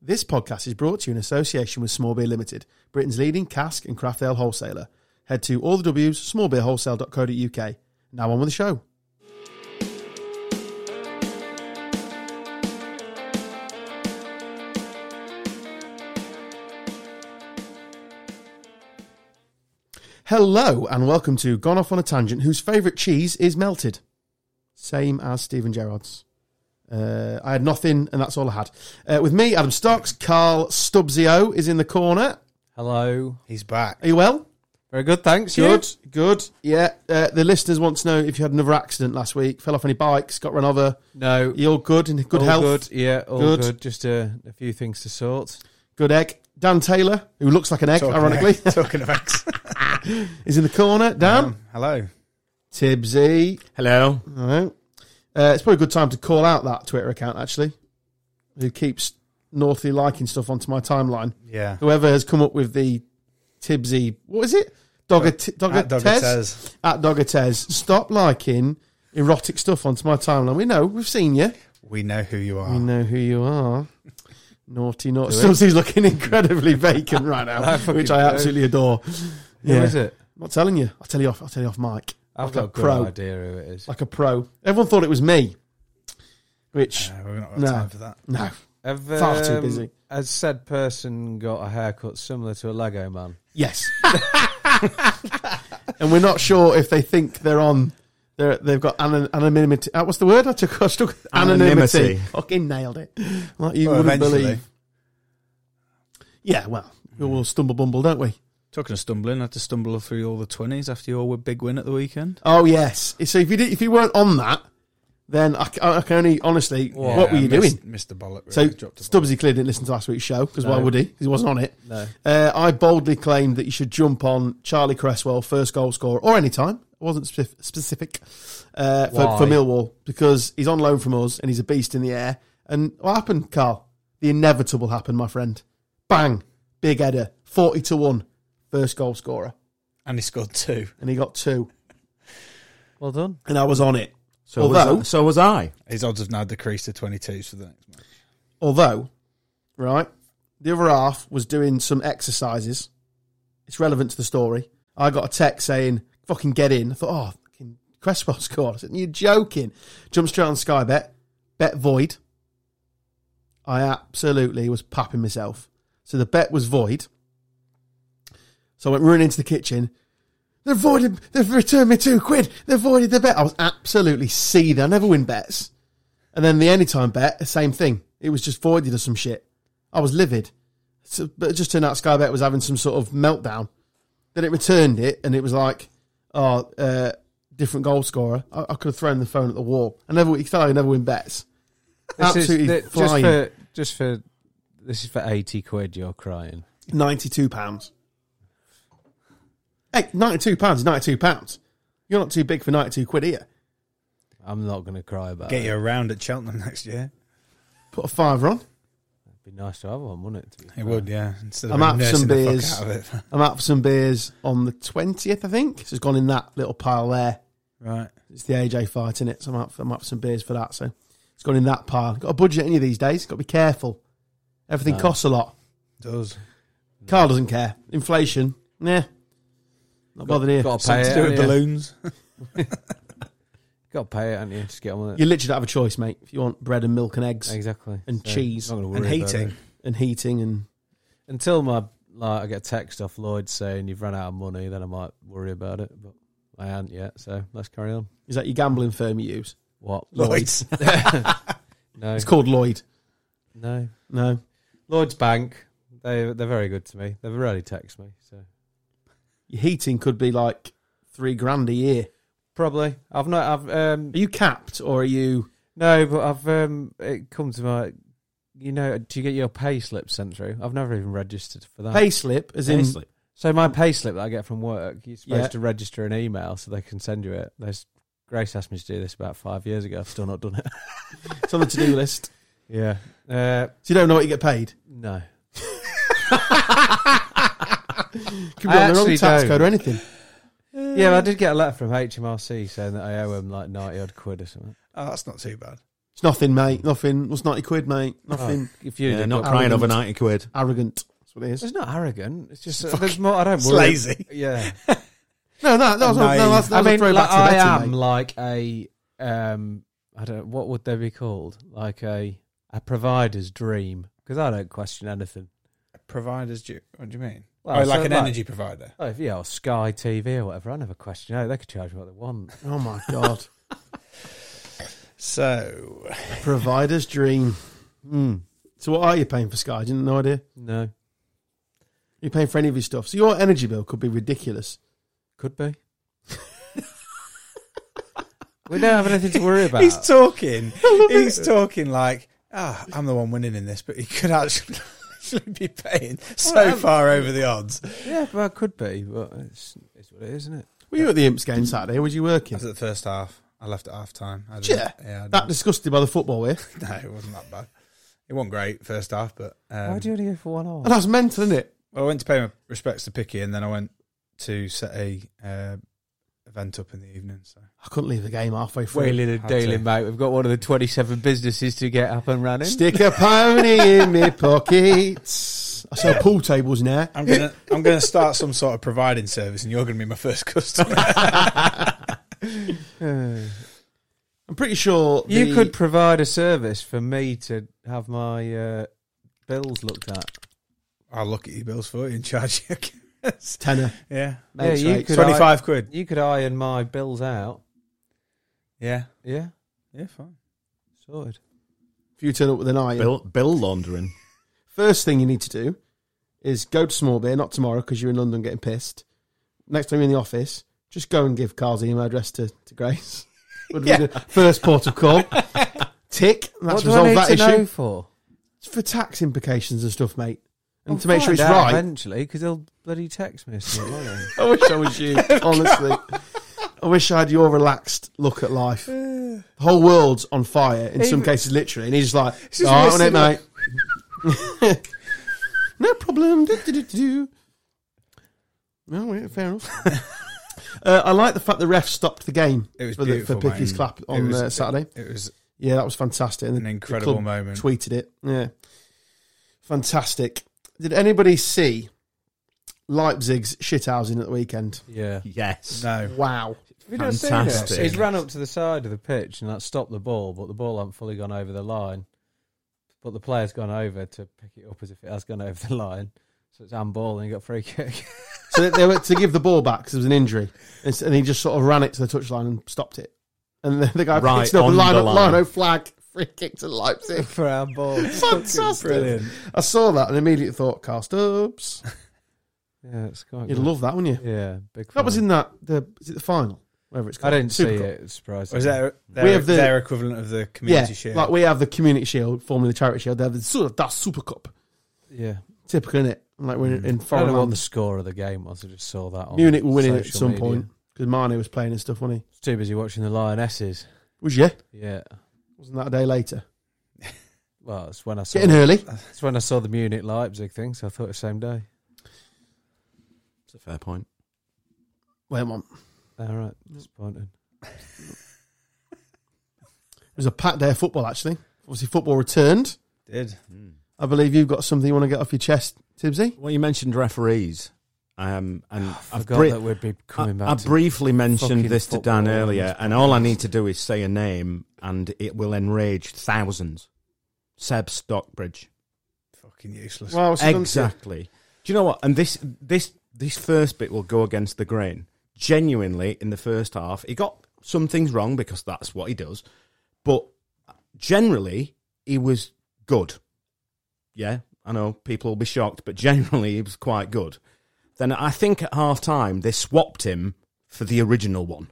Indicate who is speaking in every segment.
Speaker 1: This podcast is brought to you in association with Small Beer Limited, Britain's leading cask and craft ale wholesaler. Head to allthews.smallbeerwholesale.co.uk. Now on with the show. Hello and welcome to Gone Off on a Tangent, whose favourite cheese is melted. Same as Stephen Gerrard's. Uh, I had nothing, and that's all I had. Uh, with me, Adam Stocks, Carl Stubbsio is in the corner.
Speaker 2: Hello.
Speaker 3: He's back.
Speaker 1: Are you well?
Speaker 2: Very good, thanks. you?
Speaker 1: Good, good. Yeah, uh, the listeners want to know if you had another accident last week, fell off any bikes, got run over.
Speaker 2: No.
Speaker 1: You all good and good
Speaker 2: all
Speaker 1: health,
Speaker 2: Good. Yeah, all
Speaker 1: Good.
Speaker 2: good. Just uh, a few things to sort.
Speaker 1: good egg. Dan Taylor, who looks like an egg,
Speaker 3: Talking
Speaker 1: ironically,
Speaker 3: of- talking of X.
Speaker 1: is in the corner. Dan
Speaker 3: Um, hello.
Speaker 1: Tibbsy.
Speaker 3: Hello.
Speaker 1: All right. Uh, it's probably a good time to call out that Twitter account actually, who keeps naughty liking stuff onto my timeline.
Speaker 3: Yeah.
Speaker 1: Whoever has come up with the Tibbsy, what is it? Dogger, t- Dogger,
Speaker 3: At Dogger
Speaker 1: Tez?
Speaker 3: Tez.
Speaker 1: at Dogger Tez. Stop liking erotic stuff onto my timeline. We know, we've seen you.
Speaker 3: We know who you
Speaker 1: We
Speaker 3: are.
Speaker 1: know who you are. Naughty, naughty. Stubbsy's looking incredibly vacant right now, which I
Speaker 2: do.
Speaker 1: absolutely adore.
Speaker 2: Who is it?
Speaker 1: I'm not telling you. I'll tell you off. I'll tell you off mic.
Speaker 2: I've
Speaker 1: Like
Speaker 2: got
Speaker 1: a
Speaker 2: a good
Speaker 1: pro.
Speaker 2: idea who it is.
Speaker 1: Like a pro. Everyone thought it was me, which,
Speaker 3: Uh, we've not got
Speaker 1: No.
Speaker 3: time for that.
Speaker 1: no.
Speaker 2: Have,
Speaker 1: far too
Speaker 2: um,
Speaker 1: busy.
Speaker 2: Has said person got a haircut similar to a Lego man?
Speaker 1: Yes. and we're not sure if they think they're on. They're, they've got an, anonymity. Uh, what's the word? I took. I took anonymity.
Speaker 4: Anonymity.
Speaker 1: Fucking nailed it. Like you
Speaker 3: Well,
Speaker 1: wouldn't
Speaker 3: eventually.
Speaker 1: believe. Yeah, well, we all stumble bumble, don't we?
Speaker 4: Talking of stumbling, I had to stumble through all the twenties after your big win at the weekend.
Speaker 1: Oh yes. So if you did, if you weren't on that, then I, c- I can only honestly. What,
Speaker 3: Yeah,
Speaker 1: were you
Speaker 3: missed-
Speaker 1: doing?
Speaker 3: Missed the bollock.
Speaker 1: So
Speaker 3: Really. dropped the
Speaker 1: Stubbsy clearly didn't listen to last week's show because why
Speaker 2: No.
Speaker 1: would he? 'Cause He wasn't on it.
Speaker 2: No.
Speaker 1: Uh, I boldly claimed that you should jump on Charlie Cresswell, first goal scorer, or any time. I wasn't spef- specific uh, for,
Speaker 2: Why?
Speaker 1: for Millwall because he's on loan from us and he's a beast in the air. And what happened, Carl? The inevitable happened, my friend. Bang, big header, forty to one, first goal scorer,
Speaker 3: ball. And he scored two.
Speaker 1: and he got two,
Speaker 2: Well done.
Speaker 1: and I was on it.
Speaker 4: So
Speaker 1: Although-
Speaker 4: was I, so was I.
Speaker 3: His odds have now decreased to 22s for the next match.
Speaker 1: Although, right, the other half was doing some exercises. It's relevant to the story. I got a text saying, fucking get in. I thought, oh, fucking Cresswell scored. I said, you're joking. Jump straight on Sky Bet, bet void. I absolutely was papping myself. So the bet was void. So I went running into the kitchen. They've voided, they've returned me two quid. They've voided the bet. I was absolutely seething. I never win bets. And then the anytime bet, the same thing. It was just voided or some shit. I was livid. So, but it just turned out Sky Bet was having some sort of meltdown. Then it returned it and it was like, oh, uh, different goal scorer. I, I could have thrown the phone at the wall. I never, you can tell I never win bets. Absolutely
Speaker 2: th- just
Speaker 1: flying.
Speaker 2: for just for this is for eighty quid. You're crying.
Speaker 1: 92 pounds. Hey, 92 pounds is 92 pounds. You're not too big for 92 quid here.
Speaker 2: I'm not going to cry about
Speaker 3: Get
Speaker 2: it.
Speaker 3: you around at Cheltenham next year.
Speaker 1: Put a fiver on.
Speaker 2: It'd be nice to have one, wouldn't it? to be
Speaker 3: He
Speaker 2: fair?
Speaker 3: would, yeah. Instead of
Speaker 1: I'm
Speaker 3: him
Speaker 1: out for some
Speaker 3: nursing the fuck
Speaker 1: beers.
Speaker 3: out of it.
Speaker 1: I'm out for some beers on the 20th, I think. So it's gone in that little pile there.
Speaker 3: right.
Speaker 1: It's the AJ fight in it, so I'm up, for, I'm up for some beers for that. So it's gone in that pile. Got a budget any of these days. Got to be careful. Everything
Speaker 2: No.
Speaker 1: costs a lot.
Speaker 3: Does.
Speaker 1: Carl doesn't care. Inflation, nah. Not bothered here.
Speaker 2: Got to pay
Speaker 3: Something to
Speaker 2: it.
Speaker 3: do with
Speaker 2: haven't you?
Speaker 3: balloons.
Speaker 2: Got to pay it, and you just get on with it.
Speaker 1: You literally don't have a choice, mate. If you want bread and milk and eggs
Speaker 2: Exactly.
Speaker 1: And cheese.
Speaker 2: not gonna
Speaker 3: And
Speaker 2: worry about it.
Speaker 3: heating.
Speaker 1: and heating and
Speaker 2: until my like I get a text off Lloyd saying you've run out of money, then I might worry about it. But I haven't yet, so let's carry on.
Speaker 1: is that your gambling firm you use?
Speaker 2: What
Speaker 3: Lloyd's.
Speaker 2: no,
Speaker 1: It's called Lloyd.
Speaker 2: no.
Speaker 1: No,
Speaker 2: Lloyd's Bank. They they're very good to me. They rarely text me, so
Speaker 1: your heating could be like three grand a year.
Speaker 2: probably I've not. I've um
Speaker 1: Are you capped or are you?
Speaker 2: no, but I've um it comes to my. You know, do you get your pay slip sent through? I've never even registered for that.
Speaker 1: Pay slip, as in
Speaker 4: Seriously.
Speaker 2: So my pay slip that I get from work, you're supposed
Speaker 1: Yeah.
Speaker 2: to register an email so they can send you it. There's, Grace asked me to do this about five years ago. I've still not done it.
Speaker 1: it's on the to-do list.
Speaker 2: yeah. Uh,
Speaker 1: So you don't know what you get paid.
Speaker 2: no.
Speaker 1: Could be on
Speaker 2: I
Speaker 1: the wrong
Speaker 2: actually
Speaker 1: tax
Speaker 2: don't.
Speaker 1: code or anything.
Speaker 2: Yeah, but I did get a letter from HMRC saying that I owe him like 90 odd quid or something.
Speaker 3: Oh, that's not too bad.
Speaker 1: It's nothing, mate. Nothing. It's 90 quid, mate. Nothing.
Speaker 2: Oh, If you
Speaker 5: Yeah, not crying
Speaker 1: arrogant.
Speaker 5: over 90 quid.
Speaker 1: Arrogant. That's what it is.
Speaker 2: It's not arrogant. It's just uh, there's more. I don't
Speaker 3: It's
Speaker 2: worry.
Speaker 3: lazy.
Speaker 2: Yeah.
Speaker 1: No, no, that was, no,
Speaker 3: Naive.
Speaker 1: that's, that
Speaker 2: I
Speaker 1: was a
Speaker 2: mean,
Speaker 1: throwback
Speaker 2: like,
Speaker 1: to Betty,
Speaker 2: I am
Speaker 1: mate.
Speaker 2: like a um, I don't. What would they be called? Like a a provider's dream because I don't question anything.
Speaker 3: Providers, do you, what do you mean?
Speaker 2: Well,
Speaker 3: oh, like
Speaker 2: so
Speaker 3: an energy provider.
Speaker 2: Oh, if- yeah, or Sky TV or whatever. I never question. Oh, they could charge what they want.
Speaker 1: Oh my god,
Speaker 3: So,
Speaker 1: provider's dream. Hmm. So what are you paying for Sky? I didn't no idea.
Speaker 2: No,
Speaker 1: You're paying for any of your stuff. So your energy bill could be ridiculous.
Speaker 2: could be. we don't have anything to worry about.
Speaker 3: he's talking. He's talking like, ah, I'm the one winning in this, but he could actually, actually be paying so
Speaker 2: Well, um, I'm-
Speaker 3: far over the odds.
Speaker 2: yeah, well, it could be, but it's, it's what it is, isn't it?
Speaker 1: Were you at the Imps game Saturday? Were you working?
Speaker 3: After the first half, I left at half time. I
Speaker 1: Yeah.
Speaker 3: didn't- yeah I
Speaker 1: That
Speaker 3: didn't-
Speaker 1: disgusted by the football eh? here.
Speaker 3: no, it wasn't that bad. It wasn't great first half, but
Speaker 2: Why
Speaker 3: um,
Speaker 2: do you only go for one hour?
Speaker 1: And that's mental, isn't it?
Speaker 3: well, I went to pay my respects to Picky, and then I went to set a uh, event up in the evening. So
Speaker 1: I couldn't leave the game halfway through.
Speaker 2: Wailing and
Speaker 3: Had
Speaker 2: dealing,
Speaker 3: to.
Speaker 2: mate. We've got one of the 27 businesses to get up and running.
Speaker 1: Stick a pony in me pockets. I sell pool tables now.
Speaker 3: I'm gonna I'm gonna start some sort of providing service, and you're gonna be my first customer.
Speaker 1: I'm pretty sure
Speaker 2: you
Speaker 1: the-
Speaker 2: could provide a service for me to have my uh, bills looked at.
Speaker 3: I'll look at your bills for you and charge you. I guess.
Speaker 1: tenner.
Speaker 3: Yeah,
Speaker 2: Yeah,
Speaker 1: Mates,
Speaker 2: you
Speaker 1: rates.
Speaker 2: could.
Speaker 3: twenty
Speaker 2: I-
Speaker 3: five quid.
Speaker 2: You could iron my bills out.
Speaker 3: Yeah,
Speaker 2: Yeah,
Speaker 3: yeah, fine.
Speaker 2: sorted.
Speaker 1: If you turn up with an iron,
Speaker 5: Bill, bill laundering.
Speaker 1: first thing you need to do is go to Small Beer, not tomorrow because you're in London getting pissed. Next time you're in the office, just go and give Carl's email address to, to Grace. Would be the first port of call. Tick. and That's
Speaker 2: What do
Speaker 1: resolved
Speaker 2: I need
Speaker 1: that
Speaker 2: to
Speaker 1: issue.
Speaker 2: know for?
Speaker 1: It's for tax implications and stuff, mate. And
Speaker 2: I'll
Speaker 1: to make sure
Speaker 2: find
Speaker 1: it's
Speaker 2: out
Speaker 1: right.
Speaker 2: eventually, because they'll bloody text me. or something, won't they?
Speaker 1: I wish I was you, honestly. I wish I had your relaxed look at life. The whole world's on fire, in some
Speaker 2: Even-
Speaker 1: cases, literally. And he's just like,
Speaker 3: just
Speaker 1: all right, on it,
Speaker 3: missing
Speaker 1: mate. no problem. Do, do, do, do. No, yeah, fair enough. uh, I like the fact the ref stopped the game
Speaker 3: It was
Speaker 1: for, the, for
Speaker 3: beautiful.
Speaker 1: Picky's
Speaker 3: mate.
Speaker 1: clap
Speaker 3: It
Speaker 1: on
Speaker 3: was-
Speaker 1: uh, Saturday.
Speaker 3: It was
Speaker 1: Yeah, that was fantastic. And
Speaker 3: an
Speaker 1: the
Speaker 3: incredible
Speaker 1: club
Speaker 3: moment.
Speaker 1: tweeted it. Yeah. Fantastic. Did anybody see Leipzig's shithousing at the weekend?
Speaker 2: yeah.
Speaker 5: Yes.
Speaker 3: No,
Speaker 1: Wow.
Speaker 2: Have you not seen
Speaker 5: Fantastic.
Speaker 2: it? He's ran up to the side of the pitch and that stopped the ball, but the ball hadn't fully gone over the line. But the player's gone over to pick it up as if it has gone over the line. So it's handball and he got free kick.
Speaker 1: So they were to give the ball back because there was an injury, and, s- and he just sort of ran it to the touchline and stopped it. And the, the guy
Speaker 5: Right
Speaker 1: picked it up,
Speaker 5: on
Speaker 1: line
Speaker 5: the
Speaker 1: up,
Speaker 5: line.
Speaker 1: Lino flag, free kick to Leipzig.
Speaker 2: For handball.
Speaker 1: Fantastic.
Speaker 3: brilliant.
Speaker 1: I saw that and immediately thought, Carl Stubbs.
Speaker 2: Yeah, it's quite
Speaker 1: You'd
Speaker 2: good.
Speaker 1: love that, wouldn't you?
Speaker 2: Yeah, big
Speaker 1: That
Speaker 2: fan.
Speaker 1: was in that, the is it the final? Whatever it's
Speaker 2: I
Speaker 1: called.
Speaker 2: didn't
Speaker 1: Super
Speaker 2: see
Speaker 1: Cup.
Speaker 2: it, surprisingly.
Speaker 3: Or is that their,
Speaker 1: We have the-
Speaker 3: their equivalent of the
Speaker 1: Yeah,
Speaker 3: community share?
Speaker 1: like we have the Community Shield, formerly the Charity Shield. They have the sort of that Super Cup.
Speaker 2: Yeah.
Speaker 1: Typical, is it? Like we're
Speaker 5: Mm.
Speaker 1: in, in
Speaker 2: I don't
Speaker 1: foreign
Speaker 2: know what the
Speaker 1: lands.
Speaker 2: score of the game was. I just saw that on
Speaker 1: Munich were winning at
Speaker 2: social
Speaker 1: some
Speaker 2: media.
Speaker 1: point because Mane was playing and stuff, wasn't he?
Speaker 2: was too busy watching the Lionesses.
Speaker 1: Was yeah?
Speaker 2: Yeah.
Speaker 1: Wasn't that a day later?
Speaker 2: Well, it's when I saw
Speaker 1: Getting early.
Speaker 2: it's when I saw the Munich Leipzig thing, so I thought it was the same day.
Speaker 5: It's a fair point.
Speaker 1: Wait, on.
Speaker 2: All right, disappointed.
Speaker 1: It was a packed day of football, actually. Obviously, football returned.
Speaker 3: did.
Speaker 1: I believe you've got something you want to get off your chest, Tibbsy.
Speaker 5: Mm. Well, you mentioned referees. Um, and
Speaker 2: Ah, I
Speaker 5: I've
Speaker 2: forgot
Speaker 5: bri-
Speaker 2: that we'd be
Speaker 5: I,
Speaker 2: coming back.
Speaker 5: I
Speaker 2: to
Speaker 5: briefly mentioned
Speaker 2: fucking
Speaker 5: this to
Speaker 2: football
Speaker 5: Dan
Speaker 2: on this
Speaker 5: earlier, and all I need to do is say a name, and it will enrage thousands. Seb Stockbridge.
Speaker 3: Fucking useless.
Speaker 1: Well,
Speaker 5: Exactly. Do you know what? And this this this first bit will go against the grain. Genuinely, in the first half, he got some things wrong because that's what he does. But generally, he was good. Yeah, I know people will be shocked, but generally, he was quite good. Then I think at half time they swapped him for the original one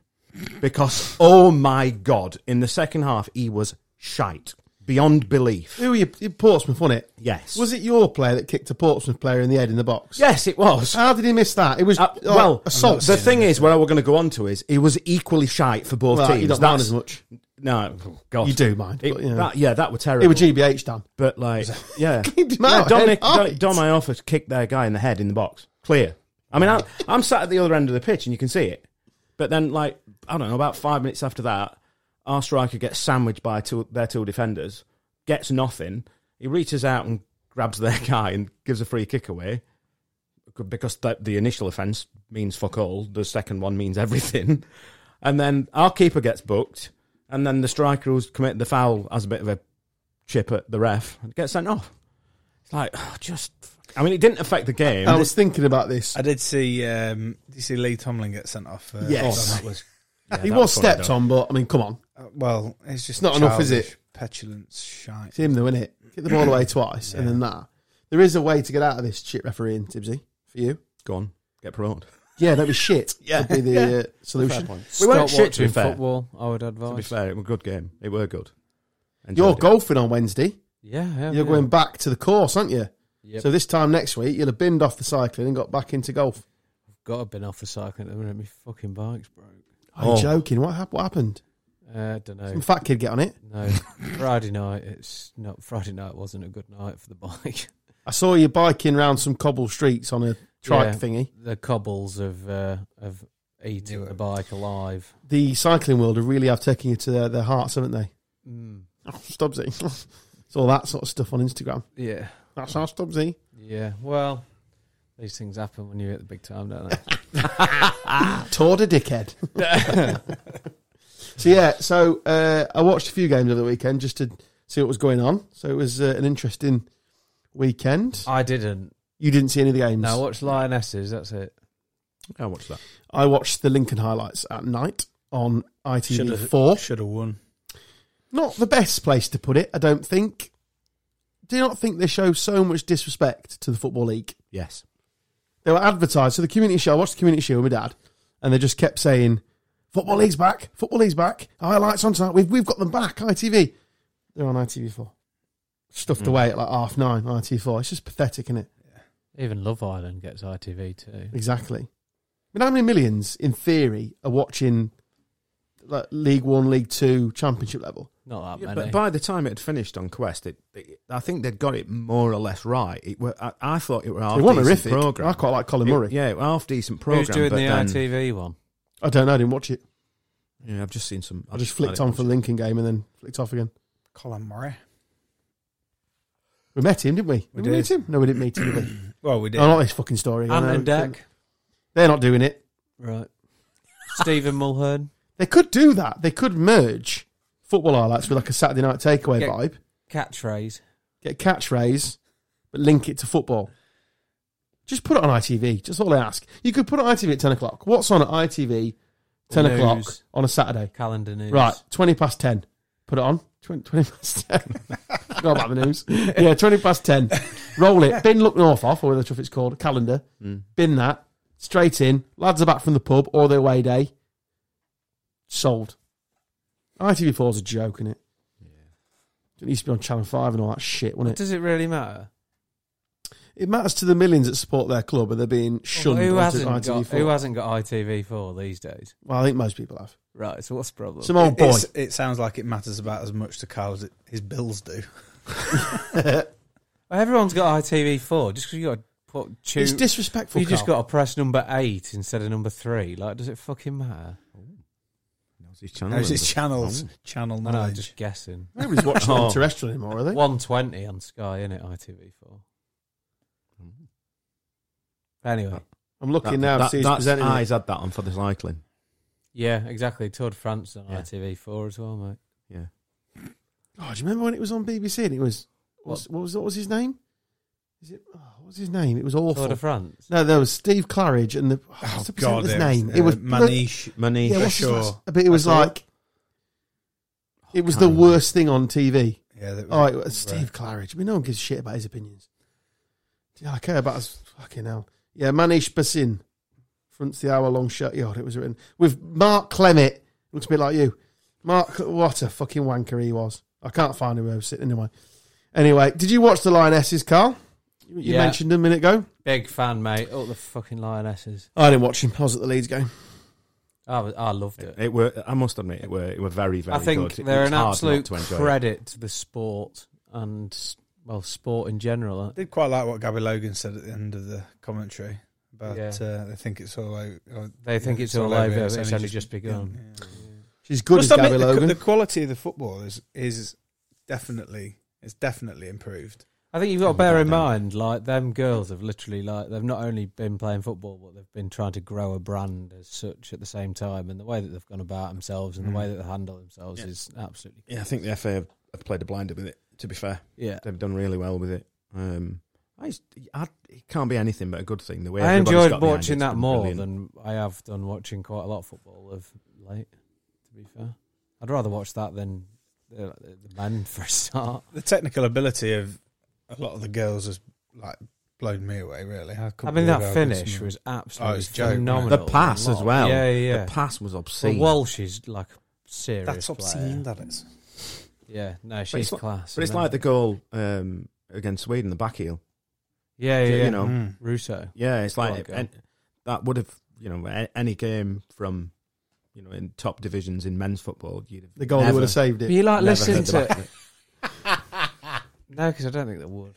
Speaker 5: because oh my god, in the second half he was shite beyond belief.
Speaker 1: Who were you? you- Portsmouth, wasn't it?
Speaker 5: Yes,
Speaker 1: Was it your player that kicked a Portsmouth player in the head in the box?
Speaker 5: Yes, it was.
Speaker 1: How did he miss that? It was
Speaker 5: Uh,
Speaker 1: oh,
Speaker 5: well,
Speaker 1: assault.
Speaker 5: the thing is, what we're going to go on to is it was equally shite for both
Speaker 1: Well,
Speaker 5: teams.
Speaker 1: you don't mind
Speaker 5: That's-
Speaker 1: as much.
Speaker 5: No, oh, God,
Speaker 1: You do mind,
Speaker 5: It-
Speaker 1: but, you know.
Speaker 5: that- yeah, that were terrible.
Speaker 1: It was GBH, Dan.
Speaker 5: but like, yeah,
Speaker 1: Keep him out,
Speaker 5: Dominic,
Speaker 1: head
Speaker 5: Dom,
Speaker 1: height.
Speaker 5: Dom Ioffe kicked their guy in the head in the box, clear. I mean, I'm, I'm sat at the other end of the pitch and you can see it. But then, like, I don't know, about five minutes after that, Our striker gets sandwiched by two, their two defenders, gets nothing. He reaches out and grabs their guy and gives a free kick away because the, the initial offence means fuck all. The second one means everything. And then our keeper gets booked. And then the striker who's committed the foul has a bit of a chip at the ref and gets sent off. It's like, oh, just. I mean, it didn't affect the game.
Speaker 1: I was thinking about this.
Speaker 3: I did see. Um, did you see Lee Tomlin get sent off? Uh,
Speaker 1: Yes.
Speaker 3: oh, that was
Speaker 5: Yeah,
Speaker 1: he
Speaker 5: that
Speaker 1: was
Speaker 5: funny,
Speaker 1: stepped
Speaker 5: though.
Speaker 1: on, but I mean, come on.
Speaker 3: uh, well. It's just
Speaker 1: It's not enough, is it?
Speaker 3: childish, Petulant shite.
Speaker 1: It's him though, innit? Get the ball away twice and then that. There is a way to get out of this shit refereeing, Tibsy, for you.
Speaker 5: Go on, get promoted.
Speaker 1: Yeah, that'd be shit.
Speaker 5: Yeah.
Speaker 1: That'd be the uh, solution.
Speaker 5: We
Speaker 2: Stop
Speaker 5: weren't shit, to be
Speaker 2: watching
Speaker 5: fair.
Speaker 2: football. I would advise.
Speaker 5: To be fair, it was a good game. It were good. Enjoyed
Speaker 1: You're
Speaker 5: it.
Speaker 1: golfing on Wednesday.
Speaker 2: Yeah, yeah.
Speaker 1: You're going back to the course, aren't you?
Speaker 2: Yep.
Speaker 1: So this time next week, you'll have binned off the cycling and got back into golf.
Speaker 2: Got to been off the cycling at the minute. My fucking bike's broke.
Speaker 1: I'm
Speaker 5: Oh.
Speaker 1: joking. What, hap- what happened?
Speaker 2: Uh, don't know.
Speaker 1: Some fat kid get on it.
Speaker 2: No, Friday night. It's not Friday night. Wasn't a good night for the bike.
Speaker 1: I saw you biking round some cobble streets on a trike
Speaker 2: Yeah.
Speaker 1: thingy.
Speaker 2: the cobbles of uh, of eating
Speaker 3: Knew it.
Speaker 2: the bike alive.
Speaker 1: The cycling world have really have taken you to their, their hearts, haven't they?
Speaker 5: Hmm.
Speaker 2: Mm.
Speaker 1: Oh, Stubbsy. it's all that sort of stuff on Instagram.
Speaker 2: Yeah,
Speaker 1: That's our Stubbsy.
Speaker 2: yeah. Well, these things happen when you're at the big time, don't they?
Speaker 1: Toward a dickhead. so yeah, so uh, I watched a few games over the weekend just to see what was going on. So it was uh, an interesting weekend.
Speaker 2: I didn't.
Speaker 1: You didn't see any of the games.
Speaker 2: No, I watched Lionesses. That's it.
Speaker 5: I watched that.
Speaker 1: I watched the Lincoln highlights at night on
Speaker 3: Should've-
Speaker 1: ITV4.
Speaker 3: Should have won.
Speaker 1: Not the best place to put it, I don't think. Do you not think they show so much disrespect to the Football League?
Speaker 5: Yes.
Speaker 1: They were advertised. So the community show, I watched the community show with my dad, and they just kept saying, Football League's back, Football League's back, highlights on tonight, we've, we've got them back, ITV. They're on ITV4. Stuffed away at like half nine, ITV4. It's just pathetic, isn't it?
Speaker 2: Even Love Island gets ITV too.
Speaker 1: Exactly. I mean, how many millions, in theory, are watching like League One, League Two, Championship level?
Speaker 2: Not that
Speaker 5: Yeah,
Speaker 2: many.
Speaker 5: but by the time it had finished on Quest, it, it- I think they'd got it more or less right. It were, I, I thought it were half
Speaker 1: They were
Speaker 5: decent
Speaker 1: horrific.
Speaker 5: program.
Speaker 1: I quite like Colin
Speaker 5: It-
Speaker 1: Murray.
Speaker 5: yeah, it were half decent program.
Speaker 2: Who's doing
Speaker 5: but
Speaker 2: the
Speaker 5: then,
Speaker 2: ITV one?
Speaker 1: I don't know. I didn't watch it.
Speaker 5: Yeah, I've just seen some.
Speaker 1: I just flicked on for the Lincoln game and then flicked off again.
Speaker 3: Colin Murray.
Speaker 1: We met him, didn't we?
Speaker 3: We
Speaker 1: did we meet him? No, we didn't meet him. Did we?
Speaker 3: Well, we did.
Speaker 1: Oh, not this fucking story. I
Speaker 2: Ant
Speaker 1: know.
Speaker 2: and Deck.
Speaker 1: They're not doing it.
Speaker 2: Right. Stephen Mulhern.
Speaker 1: They could do that. They could merge football highlights with like a Saturday night takeaway
Speaker 2: Yeah.
Speaker 1: vibe,
Speaker 2: Catchphrase.
Speaker 1: get a catchphrase, but link it to football. Just put it on ITV. Just all I ask. You could put it on ITV at 10 o'clock. What's on at ITV 10
Speaker 2: News.
Speaker 1: o'clock on a Saturday?
Speaker 2: Calendar news.
Speaker 1: Right, 20 past 10. Put it on. 20, 20 past 10. Forgot about the news. Yeah, 20 past 10. Roll it. Bin Look North off, or whatever the stuff it's called, calendar.
Speaker 5: Mm.
Speaker 1: Bin that. Straight in. Lads are back from the pub or their away day. Sold. ITV4's a joke, innit? It used to be on Channel 5 and all that shit, wasn't it?
Speaker 2: Does it really matter?
Speaker 1: It matters to the millions that support their club and they're being
Speaker 2: Well,
Speaker 1: shunned onto
Speaker 2: who hasn't got
Speaker 1: ITV4.
Speaker 2: who hasn't got ITV four these days?
Speaker 1: well, I think most people have.
Speaker 2: Right. So what's the problem?
Speaker 1: Some old oh, boy.
Speaker 3: It's- It sounds like it matters about as much to Kyle as it, his bills do.
Speaker 2: Well, everyone's got ITV four just because you got to put two.
Speaker 1: It's disrespectful.
Speaker 2: you just
Speaker 1: Carl.
Speaker 2: got to press number eight instead of number three. Like, does it fucking matter?
Speaker 3: There's his channels. Channel
Speaker 2: I know, I'm
Speaker 3: knowledge.
Speaker 2: just guessing.
Speaker 1: Nobody's watching it on
Speaker 5: Oh.
Speaker 1: terrestrial anymore, are they?
Speaker 2: One twenty on Sky, in it ITV four. Anyway,
Speaker 1: I'm looking now to see who's presenting. it.
Speaker 5: eyes had that on for the cycling.
Speaker 2: yeah, exactly. Tour de France on
Speaker 5: Yeah.
Speaker 2: ITV four as well, mate.
Speaker 5: Yeah.
Speaker 1: Oh, do you remember when it was on BBC and it was what was what was, what was his name? Is it oh, what was his name? It was
Speaker 2: Tour
Speaker 1: awful.
Speaker 2: de France.
Speaker 1: No, there was Steve Claridge and the oh,
Speaker 3: Oh
Speaker 1: what's the
Speaker 3: God,
Speaker 1: presenter's
Speaker 3: it
Speaker 1: name.
Speaker 3: was,
Speaker 1: it was
Speaker 3: uh, Manish.
Speaker 5: Money.
Speaker 1: Yeah,
Speaker 3: for
Speaker 1: what's his
Speaker 3: sure.
Speaker 1: last- but it was
Speaker 3: That's all.
Speaker 1: like it was
Speaker 5: can't
Speaker 1: the
Speaker 5: remember.
Speaker 1: worst thing on TV.
Speaker 3: Yeah, that was
Speaker 1: Oh, it
Speaker 3: right.
Speaker 1: was Steve Claridge. I mean, no one gives a shit about his opinions. Yeah, I care about his fucking hell. Yeah, Manish Basin fronts the hour-long shot. Yeah, it was written with Mark Clement. Looks a bit like you, Mark. What a fucking wanker he was. I can't find him. I was sitting anyway. Anyway, did you watch the Lionesses, Carl? You you
Speaker 2: Yeah.
Speaker 1: mentioned them a minute ago.
Speaker 2: Big fan, mate. All the fucking lionesses.
Speaker 1: I didn't watch him. I was at the Leeds game.
Speaker 2: I, was, I loved it.
Speaker 5: It were. I must admit, it were. It were very, very.
Speaker 2: I think
Speaker 5: good.
Speaker 2: they're
Speaker 5: It's
Speaker 2: an
Speaker 5: hard not
Speaker 2: absolute
Speaker 5: to enjoy it.
Speaker 2: credit to the sport and well, sport in general. aren't
Speaker 3: I did quite like what Gabby Logan said at the end of the commentary about
Speaker 2: Yeah.
Speaker 3: uh, they think it's all over.
Speaker 2: They think it's all over. It's only just begun.
Speaker 3: yeah.
Speaker 2: they?
Speaker 1: She She's good
Speaker 3: Must
Speaker 1: as Gabby
Speaker 3: admit, the,
Speaker 1: Logan.
Speaker 3: the quality of the football is is definitely it's definitely improved.
Speaker 2: I think you've got to
Speaker 5: Oh,
Speaker 2: bear in
Speaker 5: goddamn.
Speaker 2: mind, like them girls have literally like they've not only been playing football, but they've been trying to grow a brand as such at the same time. And the way that they've gone about themselves and the
Speaker 5: Mm.
Speaker 2: way that they handle themselves
Speaker 5: Yeah.
Speaker 2: is absolutely
Speaker 5: Yeah, I think the FA have, have played a blinder with it. To be fair,
Speaker 2: yeah.
Speaker 5: they've done really well with it. Um, I, just- I, it can't be anything but a good thing. The way
Speaker 2: I
Speaker 5: everybody's
Speaker 2: enjoyed
Speaker 5: got behind
Speaker 2: watching
Speaker 5: it's
Speaker 2: that
Speaker 5: been
Speaker 2: more
Speaker 5: brilliant.
Speaker 2: than I have done watching quite a lot of football of late. To be fair, I'd rather watch that than the, the men for a start.
Speaker 3: The technical ability of a lot of the girls has like blown me away. Really, I, couldn't
Speaker 2: I mean,
Speaker 3: believe how
Speaker 2: that
Speaker 3: good
Speaker 2: finish
Speaker 3: some-
Speaker 2: was absolutely
Speaker 3: it's a joke, wasn't it?
Speaker 2: phenomenal.
Speaker 5: the pass
Speaker 2: A
Speaker 5: as
Speaker 2: lot.
Speaker 5: well.
Speaker 2: Yeah, yeah. yeah.
Speaker 5: The pass was
Speaker 2: Well,
Speaker 5: obscene.
Speaker 2: Walsh is like serious.
Speaker 3: That's obscene. That is.
Speaker 2: Yeah, no, she's
Speaker 5: like-
Speaker 2: class.
Speaker 5: but it's
Speaker 2: isn't
Speaker 5: like the
Speaker 2: it?
Speaker 5: goal um, against Sweden, the back heel.
Speaker 2: yeah, yeah, yeah.
Speaker 5: You know,
Speaker 3: Mm.
Speaker 2: Russo.
Speaker 5: yeah, it's like
Speaker 2: Go on, go on.
Speaker 5: and that would have you know a- any game from you know in top divisions in men's football. You'd have
Speaker 1: the goalie
Speaker 5: never-
Speaker 1: would have saved
Speaker 2: But
Speaker 1: it.
Speaker 2: you like
Speaker 5: never
Speaker 2: listen
Speaker 5: heard the
Speaker 2: to
Speaker 5: back of it.
Speaker 2: no, because I don't think they would.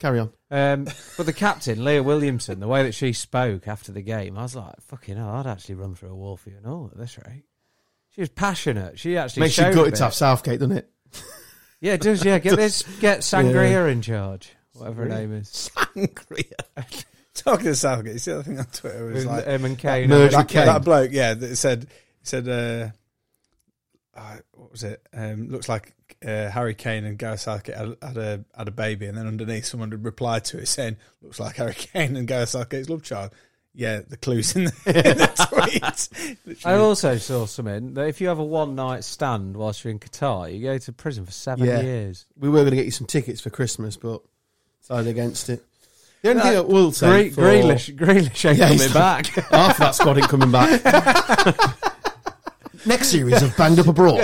Speaker 1: Carry on.
Speaker 2: Um, but the captain, Leah Williamson, the way that she spoke after the game, I was like, "Fucking hell, I'd actually run through a wall for you and all at this rate." She was passionate. She actually
Speaker 1: Makes you
Speaker 2: showed a
Speaker 1: gutted
Speaker 2: bit.
Speaker 1: to have Southgate, doesn't it?
Speaker 2: Yeah, it does. Yeah, get this, get Sangria in charge, whatever her name is,
Speaker 5: Sangria.
Speaker 3: Talking to Southgate, you see the thing on Twitter was
Speaker 2: with
Speaker 3: like
Speaker 2: him Um, and Kane.
Speaker 1: merge
Speaker 2: and-
Speaker 1: with
Speaker 3: that,
Speaker 1: Kane.
Speaker 3: that bloke, yeah, that said said uh, uh, what was it? Um, looks like uh, Harry Kane and Gareth Southgate had, had a had a baby, and then underneath someone had replied to it saying, "Looks like Harry Kane and Gareth Southgate's love child." Yeah, the clues in the, in the tweet.
Speaker 2: I
Speaker 3: Literally.
Speaker 2: also saw something that if you have a one night stand whilst you're in Qatar, you go to prison for seven
Speaker 1: Yeah.
Speaker 2: years.
Speaker 1: We were going to get you some tickets for Christmas, but decided against it. The only
Speaker 2: No,
Speaker 1: thing I will say,
Speaker 2: Gre-
Speaker 1: for
Speaker 2: Grealish, Grealish ain't
Speaker 1: Yeah, he's
Speaker 2: coming back.
Speaker 1: half of that squad ain't coming back. Next series of Banged Up Abroad,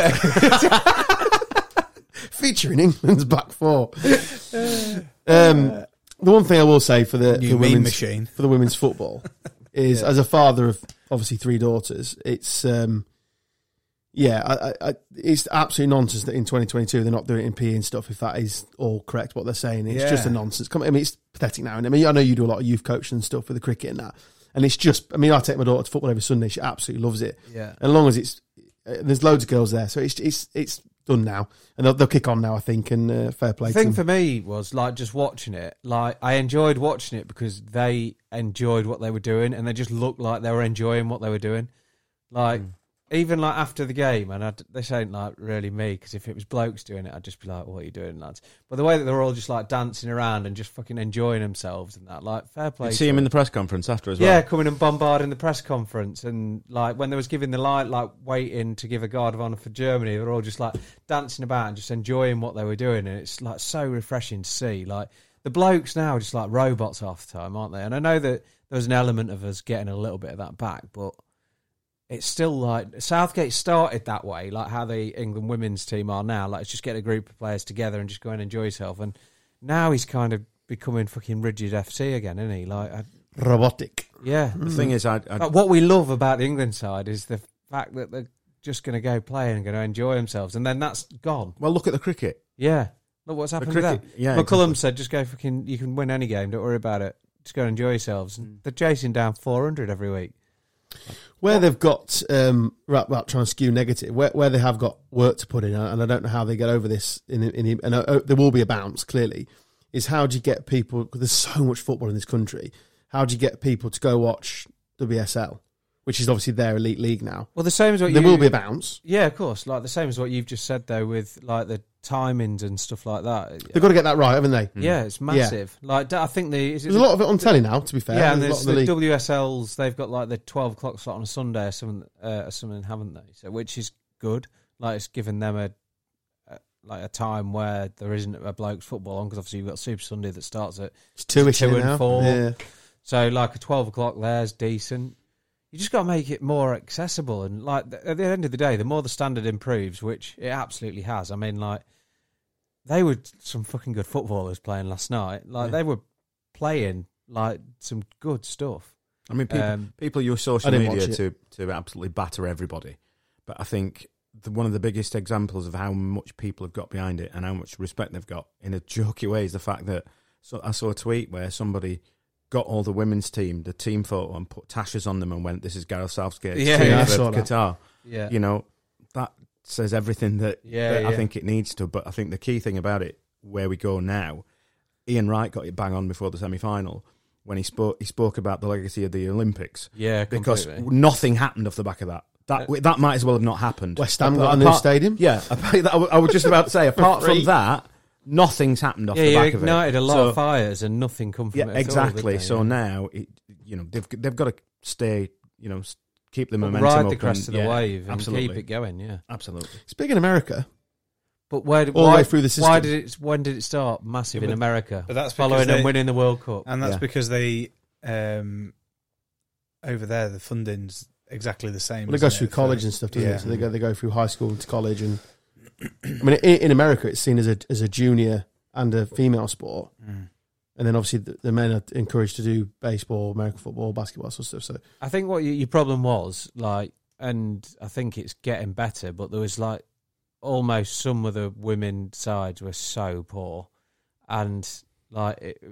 Speaker 1: featuring England's back four. Um, the one thing I will say for the,
Speaker 3: New
Speaker 1: the
Speaker 3: meme
Speaker 1: women's
Speaker 3: machine.
Speaker 1: for the women's football is as a father of obviously three daughters, it's um, yeah, I, I, I, it's absolute nonsense that in 2022 they're not doing it in PE and stuff. If that is all correct, what they're saying, it's just a
Speaker 3: Yeah.
Speaker 1: nonsense. Come, I mean, it's pathetic now. And I mean, I know you do a lot of youth coaching and stuff with the cricket and that, and it's just. I mean, I take my daughter to football every Sunday. She absolutely loves it.
Speaker 2: yeah.
Speaker 1: As long as it's, uh, there's loads of girls there, so it's it's it's done now, and they'll, they'll kick on now. I think, and uh, fair play.
Speaker 2: The
Speaker 1: to
Speaker 2: thing
Speaker 1: them.
Speaker 2: for me was like just watching it. Like I enjoyed watching it because they enjoyed what they were doing, and they just looked like they were enjoying what they were doing.
Speaker 5: Hmm.
Speaker 2: Like even like after the game, and I, this ain't like really me because if it was blokes doing it, I'd just be like, "What are you doing, lads?" But the way that they were all just like dancing around and just fucking enjoying themselves and that, like fair play.
Speaker 5: You
Speaker 2: to
Speaker 5: see him
Speaker 2: them.
Speaker 5: in the press conference after as well.
Speaker 2: Yeah, coming and bombarding the press conference, and like when they was giving the light, like waiting to give a guard of honor for Germany, they were all just like dancing about and just enjoying what they were doing, and it's like so refreshing to see. Like the blokes now are just like robots half the time, aren't they? And I know that there was an element of us getting a little bit of that back, but it's still like Southgate started that way, like how the England women's team are now. Like, it's just get a group of players together and just go and enjoy yourself. And now he's kind of becoming fucking rigid FC again, isn't he? Like, I,
Speaker 1: robotic.
Speaker 2: yeah.
Speaker 5: The thing is, I, I
Speaker 2: Like, what we love about the England side is the fact that they're just going to go play and going to enjoy themselves, and then that's gone.
Speaker 5: well look at the cricket.
Speaker 2: Yeah, look what's happened
Speaker 5: cricket-
Speaker 2: to them.
Speaker 5: yeah,
Speaker 2: McCullum
Speaker 5: exactly.
Speaker 2: said, "Just go fucking. You can win any game. Don't worry about it. Just go and enjoy yourselves."
Speaker 1: Mm.
Speaker 2: And they're chasing down four hundred every week.
Speaker 1: Where they've got um, right, right, trying to skew negative, where, where they have got work to put in, uh, and I don't know how they get over this. In, in and uh, there will be a bounce clearly. Is how do you get people? Cause there's so much football in this country. How do you get people to go watch WSL, which is obviously their elite league now?
Speaker 2: Well, the same as what
Speaker 1: there
Speaker 2: you,
Speaker 1: will be a bounce.
Speaker 2: Yeah, of course. Like the same as what you've just said though, with like the timings and stuff like that.
Speaker 1: They've got to get that right, haven't they?
Speaker 2: Yeah, it's massive. Like I think the is it
Speaker 1: There's a lot of it on telly now. To be fair,
Speaker 2: Yeah, and
Speaker 1: there's a
Speaker 2: there's
Speaker 1: lot of
Speaker 2: the
Speaker 1: the league.
Speaker 2: WSLs. They've got like the twelve o'clock slot on a Sunday or something, uh, or something, haven't they? So which is good. Like it's given them a, a like a time where there isn't a blokes football on because obviously you've got Super Sunday that starts at
Speaker 1: it's two-ish
Speaker 2: two
Speaker 1: in
Speaker 2: and
Speaker 1: now.
Speaker 2: four.
Speaker 1: Yeah.
Speaker 2: so like a twelve o'clock there's decent. You just got to make it more accessible and like th- at the end of the day, the more the standard improves, which it absolutely has. I mean, like they were some fucking good footballers playing last night. Like
Speaker 5: Yeah.
Speaker 2: they were playing like some good stuff.
Speaker 5: I mean, people,
Speaker 2: Um,
Speaker 5: people use
Speaker 1: I
Speaker 5: social
Speaker 1: didn't
Speaker 5: media
Speaker 1: watch
Speaker 5: to, to absolutely batter everybody. But I think the, one of the biggest examples of how much people have got behind it and how much respect they've got in a jokey way is the fact that so I saw a tweet where somebody got all the women's team, the team photo, and put tashes on them and went, "This is Gareth Southgate,
Speaker 2: Yeah,
Speaker 5: team
Speaker 1: yeah, I
Speaker 5: for
Speaker 1: saw that.
Speaker 5: Qatar."
Speaker 2: Yeah.
Speaker 5: You know that says everything that,
Speaker 2: Yeah,
Speaker 5: that I
Speaker 2: yeah.
Speaker 5: think it needs to. But I think the key thing about it, where we go now, Ian Wright got it bang on before the semi final when he spoke. He spoke about the legacy of the Olympics
Speaker 2: Yeah,
Speaker 5: because
Speaker 2: completely.
Speaker 5: nothing happened off the back of that. That that might as well have not happened.
Speaker 1: West Ham got a new
Speaker 5: Apart-
Speaker 1: stadium.
Speaker 5: Yeah, apart- I w- I was just about to say. Apart from
Speaker 1: Free.
Speaker 5: that, nothing's happened off
Speaker 2: yeah,
Speaker 5: the
Speaker 2: you
Speaker 5: back of it.
Speaker 2: ignited a lot
Speaker 5: So-
Speaker 2: of fires and nothing come from
Speaker 5: yeah,
Speaker 2: it. at all, did
Speaker 5: exactly.
Speaker 2: they?
Speaker 5: so
Speaker 2: Yeah.
Speaker 5: now, it, you know, they've they've got to stay, you know, s- keep the momentum
Speaker 2: ride
Speaker 5: up
Speaker 2: the
Speaker 5: and-
Speaker 2: crest of the
Speaker 5: yeah,
Speaker 2: wave and keep
Speaker 5: absolutely.
Speaker 2: it going. Yeah,
Speaker 5: Absolutely.
Speaker 1: It's big in America.
Speaker 2: but where did
Speaker 1: All the
Speaker 2: why,
Speaker 1: way through the system.
Speaker 2: why did it? When did it start? Massive
Speaker 3: Yeah,
Speaker 2: in
Speaker 3: but-
Speaker 2: America,
Speaker 3: but that's because
Speaker 2: following
Speaker 3: they-
Speaker 2: and winning the World Cup.
Speaker 3: and that's
Speaker 5: Yeah.
Speaker 3: because they um, over there the funding's exactly the same.
Speaker 1: Well, it
Speaker 3: isn't
Speaker 1: goes through
Speaker 3: for-
Speaker 1: college and stuff, doesn't
Speaker 3: Yeah.
Speaker 1: it? So they go they go through high school to college, and I mean, in, in America, it's seen as a as a junior and a female sport,
Speaker 3: Mm.
Speaker 1: and then obviously the, the men are encouraged to do baseball, American football, basketball, sort of stuff. So
Speaker 2: I think what y- your problem was like, and I think it's getting better, but there was like almost some of the women sides were so poor, and like it,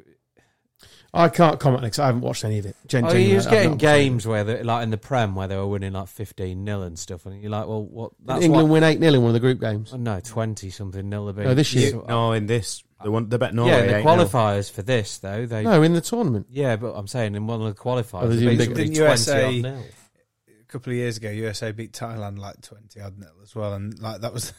Speaker 1: I can't comment because I haven't watched any of it. Gen-
Speaker 2: oh,
Speaker 1: genuinely,
Speaker 2: you was
Speaker 1: I've not
Speaker 2: getting
Speaker 1: watched any of it.
Speaker 2: games where they like in the Prem where they were winning like fifteen 0 and stuff, and you're like, well, what?
Speaker 1: Did
Speaker 2: That's
Speaker 1: England
Speaker 2: What,
Speaker 1: win eight 0 in one of the group games.
Speaker 2: oh, no, twenty something nil. they
Speaker 1: No, this
Speaker 2: beat-
Speaker 1: year.
Speaker 2: So-
Speaker 5: No, in this, the one, the bet Norway.
Speaker 2: yeah, in the
Speaker 5: ain't no-
Speaker 2: qualifiers for this though they.
Speaker 1: No, in the tournament.
Speaker 2: Yeah, but I'm saying in one of the qualifiers,
Speaker 1: Oh, they
Speaker 2: they
Speaker 1: didn't
Speaker 2: beat
Speaker 1: beat-
Speaker 2: somebody
Speaker 3: Didn't
Speaker 2: 20
Speaker 3: USA
Speaker 2: odd nil.
Speaker 3: A couple of years ago, USA beat Thailand like twenty odd nil as well, and like that was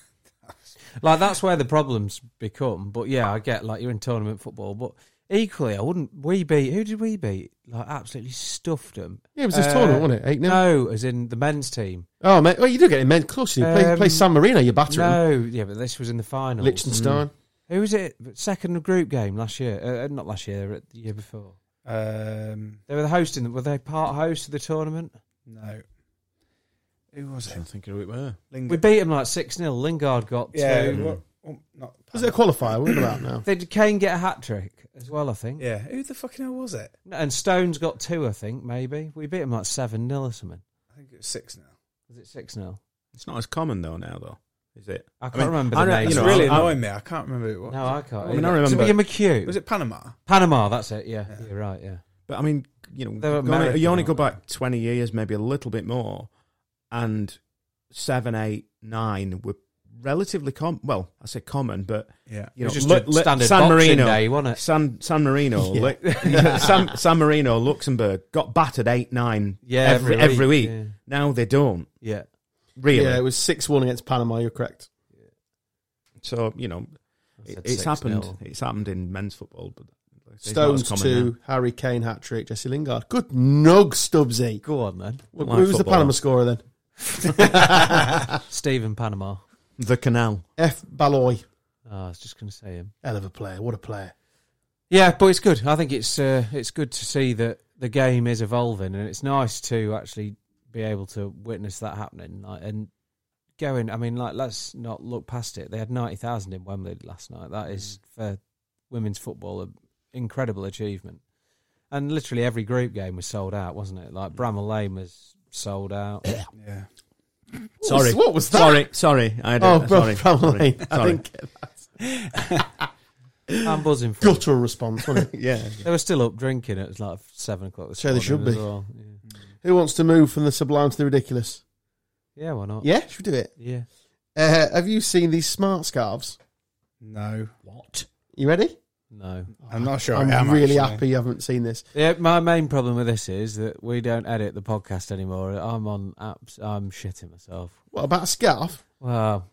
Speaker 2: Like that's where the problems become. But yeah, I get like you're in tournament football, but equally, I wouldn't. We beat who did we beat? Like absolutely stuffed them.
Speaker 1: Yeah, it was this
Speaker 2: Uh,
Speaker 1: tournament, wasn't it? Eight 0
Speaker 2: No, as in the men's team.
Speaker 1: Oh, mate, well, you do get it, man. Close, you play,
Speaker 2: Um,
Speaker 1: play San Marino, you batter 'em.
Speaker 2: No, Mm. yeah, but this was in the final.
Speaker 1: Liechtenstein.
Speaker 2: Who was it? Second group game last year? Uh, not last year, the year before.
Speaker 3: um,
Speaker 2: They were the hosting. Were they part host of the tournament?
Speaker 3: no. Who was
Speaker 5: I
Speaker 3: it?
Speaker 5: don't think who it were.
Speaker 3: Lingard.
Speaker 2: We beat them like six 0 Lingard got
Speaker 3: yeah,
Speaker 2: two.
Speaker 3: what- oh, not
Speaker 1: Was it a qualifier? We're about now.
Speaker 2: Did Kane get a hat trick as well? I think.
Speaker 3: yeah. Who the fucking hell was it?
Speaker 2: And Stones got two. I think maybe we beat them like seven 0 or something.
Speaker 3: I think it was six now.
Speaker 2: Was it six 0
Speaker 5: It's not as common though now, though, is it?
Speaker 2: I can't
Speaker 5: mean,
Speaker 2: remember
Speaker 5: I
Speaker 2: the
Speaker 5: know-
Speaker 2: name.
Speaker 5: you
Speaker 3: It's
Speaker 5: know,
Speaker 3: really
Speaker 5: I- I-
Speaker 3: annoying me. I can't remember who it was.
Speaker 2: no, I can't.
Speaker 5: I mean, I
Speaker 2: either.
Speaker 5: remember-
Speaker 2: Does it begin with a Q?
Speaker 3: was it Panama?
Speaker 2: Panama? That's it. Yeah,
Speaker 3: Yeah.
Speaker 2: you're right. Yeah,
Speaker 5: But I mean, you know,
Speaker 2: They're
Speaker 5: you only, you
Speaker 2: American,
Speaker 5: only go
Speaker 2: aren't they?
Speaker 5: back twenty years, maybe a little bit more, and seven, eight, nine were relatively com. Well, I say common, but
Speaker 3: Yeah.
Speaker 2: it
Speaker 5: you know,
Speaker 2: was just
Speaker 5: look-
Speaker 2: a
Speaker 5: look-
Speaker 2: standard
Speaker 5: San
Speaker 2: boxing
Speaker 5: Marino,
Speaker 2: day, wasn't it?
Speaker 5: San San Marino, Lu- San, San Marino, Luxembourg got battered eight nine
Speaker 2: Yeah,
Speaker 5: every
Speaker 2: every
Speaker 5: every
Speaker 2: week,
Speaker 5: week.
Speaker 2: yeah.
Speaker 5: Now they don't
Speaker 2: Yeah,
Speaker 5: really.
Speaker 1: Yeah, it was six one against Panama. You're correct.
Speaker 5: So you know,
Speaker 2: I
Speaker 5: it,
Speaker 2: said
Speaker 5: it's
Speaker 2: 6-0.
Speaker 5: happened. It's happened in men's football, but it's not as
Speaker 1: Stones
Speaker 5: common
Speaker 1: two,
Speaker 5: now.
Speaker 1: Harry Kane hat trick, Jesse Lingard. Good nug, Stubbsy.
Speaker 2: Go on then,
Speaker 1: Who
Speaker 5: like
Speaker 1: was the
Speaker 5: football.
Speaker 1: Panama scorer then?
Speaker 2: Stephen Panama.
Speaker 5: The canal.
Speaker 1: F. Balloy.
Speaker 2: Oh, I was just going to say him.
Speaker 1: Hell of a player. What a player.
Speaker 2: Yeah, but it's good. I think it's uh, it's good to see that the game is evolving, and it's nice to actually be able to witness that happening. Like, and going, I mean, like let's not look past it. They had ninety thousand in Wembley last night. That is
Speaker 1: Mm.
Speaker 2: for women's football an incredible achievement. And literally every group game was sold out, wasn't it?
Speaker 1: Mm.
Speaker 2: Like Bramall Lane was sold out.
Speaker 3: Yeah.
Speaker 5: Sorry.
Speaker 1: What was that?
Speaker 5: Sorry, sorry. I had
Speaker 1: Oh,
Speaker 5: it.
Speaker 1: bro,
Speaker 5: sorry.
Speaker 1: Bramall
Speaker 5: sorry,
Speaker 1: Lane. I
Speaker 5: sorry.
Speaker 1: think
Speaker 2: I'm buzzing for. it.
Speaker 1: guttural response, wasn't it?
Speaker 5: yeah.
Speaker 2: They were still up drinking. It was like seven o'clock. this
Speaker 1: Sure they
Speaker 2: morning
Speaker 1: should
Speaker 2: as
Speaker 1: be.
Speaker 2: well. Yeah.
Speaker 3: Mm.
Speaker 1: Who wants to move from the sublime to the ridiculous?
Speaker 2: yeah, why not?
Speaker 1: Yeah, should we do it?
Speaker 2: yeah.
Speaker 1: Uh, have you seen these smart scarves?
Speaker 3: No.
Speaker 5: What?
Speaker 1: You ready?
Speaker 2: No.
Speaker 3: I'm not sure.
Speaker 1: I'm
Speaker 3: I am
Speaker 1: really
Speaker 3: actually.
Speaker 1: happy you haven't seen this.
Speaker 2: Yeah, my main problem with this is that we don't edit the podcast anymore. I'm on apps. I'm shitting myself.
Speaker 1: What about a scarf?
Speaker 2: Well,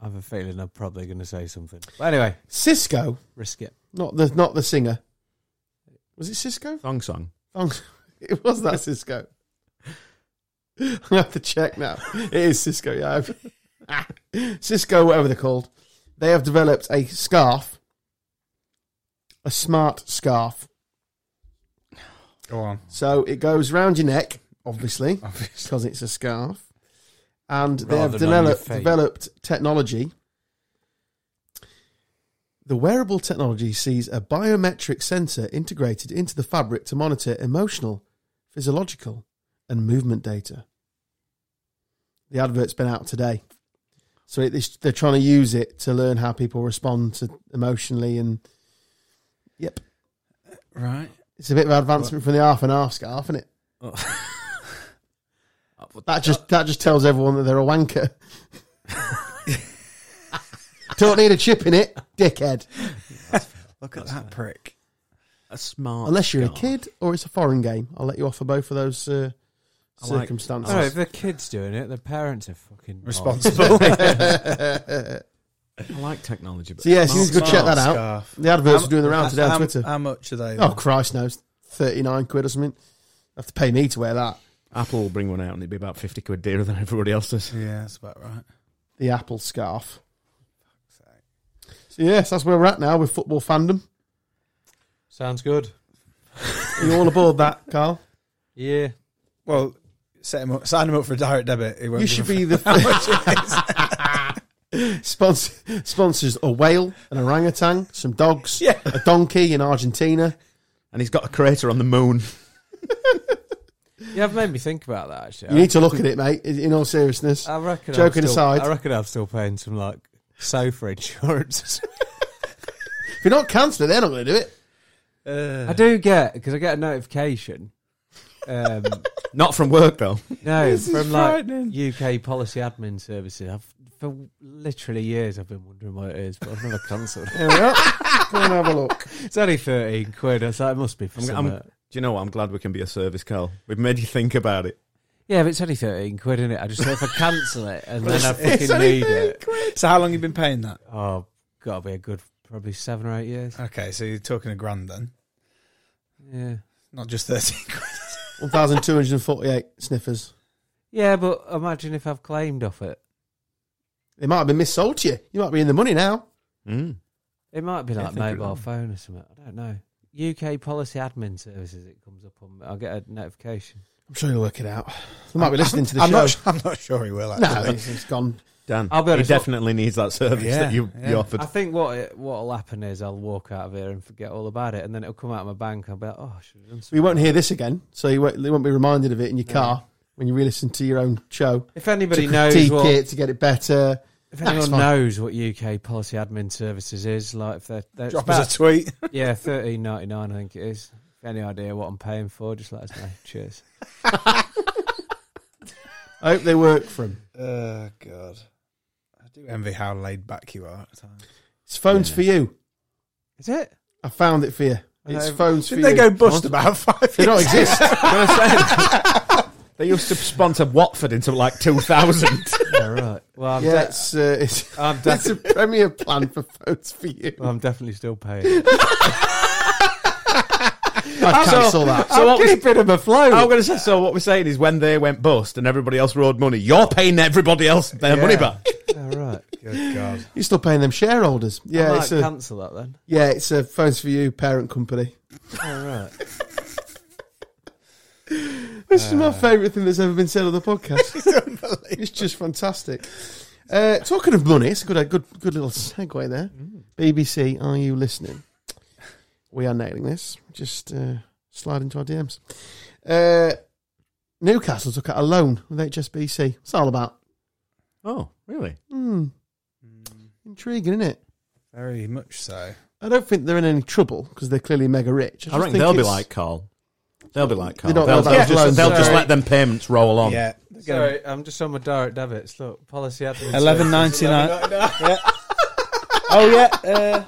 Speaker 2: I have a feeling I'm probably going to say something. But anyway,
Speaker 1: Cisco,
Speaker 2: risk it.
Speaker 1: not the not the singer. Was it Cisco?
Speaker 5: Thong song.
Speaker 1: Oh, it was that Cisco. I have to check now. It is Cisco. Yeah, I've- Cisco, whatever they're called, they have developed a scarf, a smart scarf.
Speaker 3: Go on.
Speaker 1: So it goes round your neck, obviously,
Speaker 3: Obviously.
Speaker 1: because it's a scarf, and they
Speaker 2: Rather
Speaker 1: have
Speaker 2: than on your
Speaker 1: developed
Speaker 2: feet.
Speaker 1: developed technology. The wearable technology sees a biometric sensor integrated into the fabric to monitor emotional, physiological, and movement data. The advert's been out today. So it, it's- they're trying to use it to learn how people respond to emotionally, and yep,
Speaker 4: Right.
Speaker 1: it's a bit of an advancement from the half and half scarf, isn't it?
Speaker 5: Oh.
Speaker 1: That just that just tells everyone that they're a wanker. Don't need a chip in it, dickhead.
Speaker 4: Look at that prick.
Speaker 5: A smart.
Speaker 1: Unless you're a
Speaker 5: guy.
Speaker 1: kid or it's a foreign game. I'll let you off for both of those uh,
Speaker 5: I like-
Speaker 1: circumstances.
Speaker 2: No, if the kids doing it, the parents are fucking
Speaker 3: Responsible.
Speaker 5: I like technology. But
Speaker 1: Uh, so, yeah, so you need to go check that out.
Speaker 3: Scarf.
Speaker 1: The adverts are doing the round today
Speaker 5: Um,
Speaker 3: how,
Speaker 1: on Twitter.
Speaker 3: How much are they?
Speaker 1: Oh, Christ knows. 39 quid or something. Have to pay me to wear that.
Speaker 5: Apple will bring one out and it'd be about 50 quid dearer than everybody else's.
Speaker 3: yeah, that's about right.
Speaker 1: The Apple scarf. So, yes, that's where we're at now with football fandom.
Speaker 2: Sounds good.
Speaker 1: Are you all aboard that, Carl?
Speaker 2: Yeah.
Speaker 3: Well, set him up, sign him up for a direct debit. He won't
Speaker 1: You
Speaker 3: give
Speaker 1: should
Speaker 3: a
Speaker 1: be the Sponsor, sponsors a whale, an orangutan, some dogs,
Speaker 3: Yeah.
Speaker 1: a donkey in Argentina.
Speaker 5: And he's got a crater on the moon.
Speaker 2: Yeah, I've made me think about that
Speaker 1: You
Speaker 2: actually.
Speaker 1: need to look at it, mate. In in all seriousness,
Speaker 2: I reckon.
Speaker 1: Joking
Speaker 2: I'm still,
Speaker 1: aside.
Speaker 2: I reckon I'm still paying some like sofa insurance.
Speaker 1: if you're not cancer, they're not going to do it.
Speaker 2: I do get because I get a notification. Um,
Speaker 5: Not from work, though.
Speaker 2: no, from like UK policy admin services. I've for literally years I've been wondering what it is, but I've never cancelled. it.
Speaker 1: There we are. Go and have a look.
Speaker 2: it's only thirteen quid. I was like, it must be for uh,
Speaker 5: I'm-
Speaker 2: i
Speaker 5: I'm- Do you know what? I'm glad we can be a service, Carl. We've made you think about it.
Speaker 2: Yeah, but it's only thirteen quid, is it? I just thought if I cancel it and then I fucking need it.
Speaker 3: So how long you been paying that?
Speaker 2: Oh, gotta be a good probably seven or eight years.
Speaker 3: Okay, so you're talking a grand then,
Speaker 2: Yeah.
Speaker 3: not just thirteen quid.
Speaker 1: One thousand two hundred and forty-eight sniffers.
Speaker 2: Yeah, but imagine if I've claimed off it.
Speaker 1: They might have been missold to you. You might be in the money now.
Speaker 5: Mm.
Speaker 2: It might be
Speaker 5: Yeah,
Speaker 2: like
Speaker 5: think it
Speaker 2: mobile
Speaker 5: would.
Speaker 2: phone or something. I don't know. UK policy admin services. It comes up on. I'll get a notification.
Speaker 1: I'm sure you'll work it out. They might be listening to the
Speaker 3: I'm
Speaker 1: show.
Speaker 3: not. su- I'm not sure he will.
Speaker 1: no,
Speaker 3: Actually.
Speaker 1: it's, it's gone.
Speaker 5: Dan,
Speaker 2: I'll be
Speaker 5: he
Speaker 2: honest, what-
Speaker 5: definitely needs that service
Speaker 3: Yeah,
Speaker 5: that you,
Speaker 3: yeah.
Speaker 5: you offered.
Speaker 2: I think what it, what'll happen is I'll walk out of here and forget all about it, and then it'll come out of my bank. I'll be like, oh, I should have done
Speaker 1: We
Speaker 2: something.
Speaker 1: won't hear this again, so you won't, you won't be reminded of it in your
Speaker 2: No.
Speaker 1: car when you re-listen to your own show.
Speaker 2: If anybody
Speaker 1: to
Speaker 2: knows
Speaker 1: critique
Speaker 2: what,
Speaker 1: it to get it better.
Speaker 2: if
Speaker 1: That's
Speaker 2: anyone
Speaker 1: fine.
Speaker 2: knows what UK policy admin services is, like if they're, they're
Speaker 3: Drop
Speaker 2: it's
Speaker 3: us a tweet.
Speaker 2: about- yeah, thirteen ninety nine, I think it is. If any idea what I'm paying for, just let us know. Cheers.
Speaker 1: I hope they work for him.
Speaker 3: Oh God, I do envy how laid back you are. At times.
Speaker 1: It's phones
Speaker 5: Yeah.
Speaker 1: for you.
Speaker 2: Is it?
Speaker 1: I found it for you.
Speaker 2: I
Speaker 1: It's
Speaker 2: know.
Speaker 1: phones for
Speaker 3: Didn't they
Speaker 1: you.
Speaker 3: go bust about five?
Speaker 1: They don't exist.
Speaker 5: They used to sponsor Watford into like 2000.
Speaker 2: yeah, right. Well, I'm,
Speaker 1: yeah,
Speaker 2: de-
Speaker 1: it's, uh, it's,
Speaker 2: I'm, de-
Speaker 1: it's a premier plan for phones for you.
Speaker 2: well, I'm definitely still paying.
Speaker 1: I cancel that.
Speaker 5: so what was,
Speaker 2: bit of a flow.
Speaker 5: I'm going to say, so what we're saying is when they went bust and everybody else owed money, you're paying everybody else their money back.
Speaker 2: All right.
Speaker 3: Good God.
Speaker 1: You're still paying them shareholders.
Speaker 2: Yeah, I
Speaker 1: Yeah,
Speaker 2: might
Speaker 1: it's a,
Speaker 2: cancel that then.
Speaker 1: yeah, it's a phones for you parent company.
Speaker 2: All right.
Speaker 1: This is my
Speaker 5: Uh,
Speaker 1: favourite thing that's ever been said on the podcast. it's just fantastic. Uh, talking of money, it's a good, a good, good little segue there.
Speaker 5: Mm.
Speaker 1: BBC, are you listening? We are nailing this. Just uh, slide into our DMs. Uh, Newcastle took out a loan with HSBC. What's that all about?
Speaker 5: Oh, really?
Speaker 1: Hmm,
Speaker 5: Mm.
Speaker 1: intriguing, isn't it?
Speaker 3: Very much so.
Speaker 1: I don't think they're in any trouble because they're clearly mega rich.
Speaker 5: I
Speaker 1: just
Speaker 5: reckon
Speaker 1: think
Speaker 5: they'll be
Speaker 1: it's-
Speaker 5: like Carl. They'll be like
Speaker 1: They
Speaker 5: Carl.
Speaker 1: don't
Speaker 5: They'll,
Speaker 1: know about
Speaker 5: they'll
Speaker 1: the loans,
Speaker 5: just, they'll just
Speaker 1: sorry.
Speaker 5: let them payments roll on.
Speaker 3: Yeah.
Speaker 2: Sorry, I'm just on my direct debits. Look, policy admin.
Speaker 4: Eleven ninety nine.
Speaker 3: yeah. Oh yeah. Uh...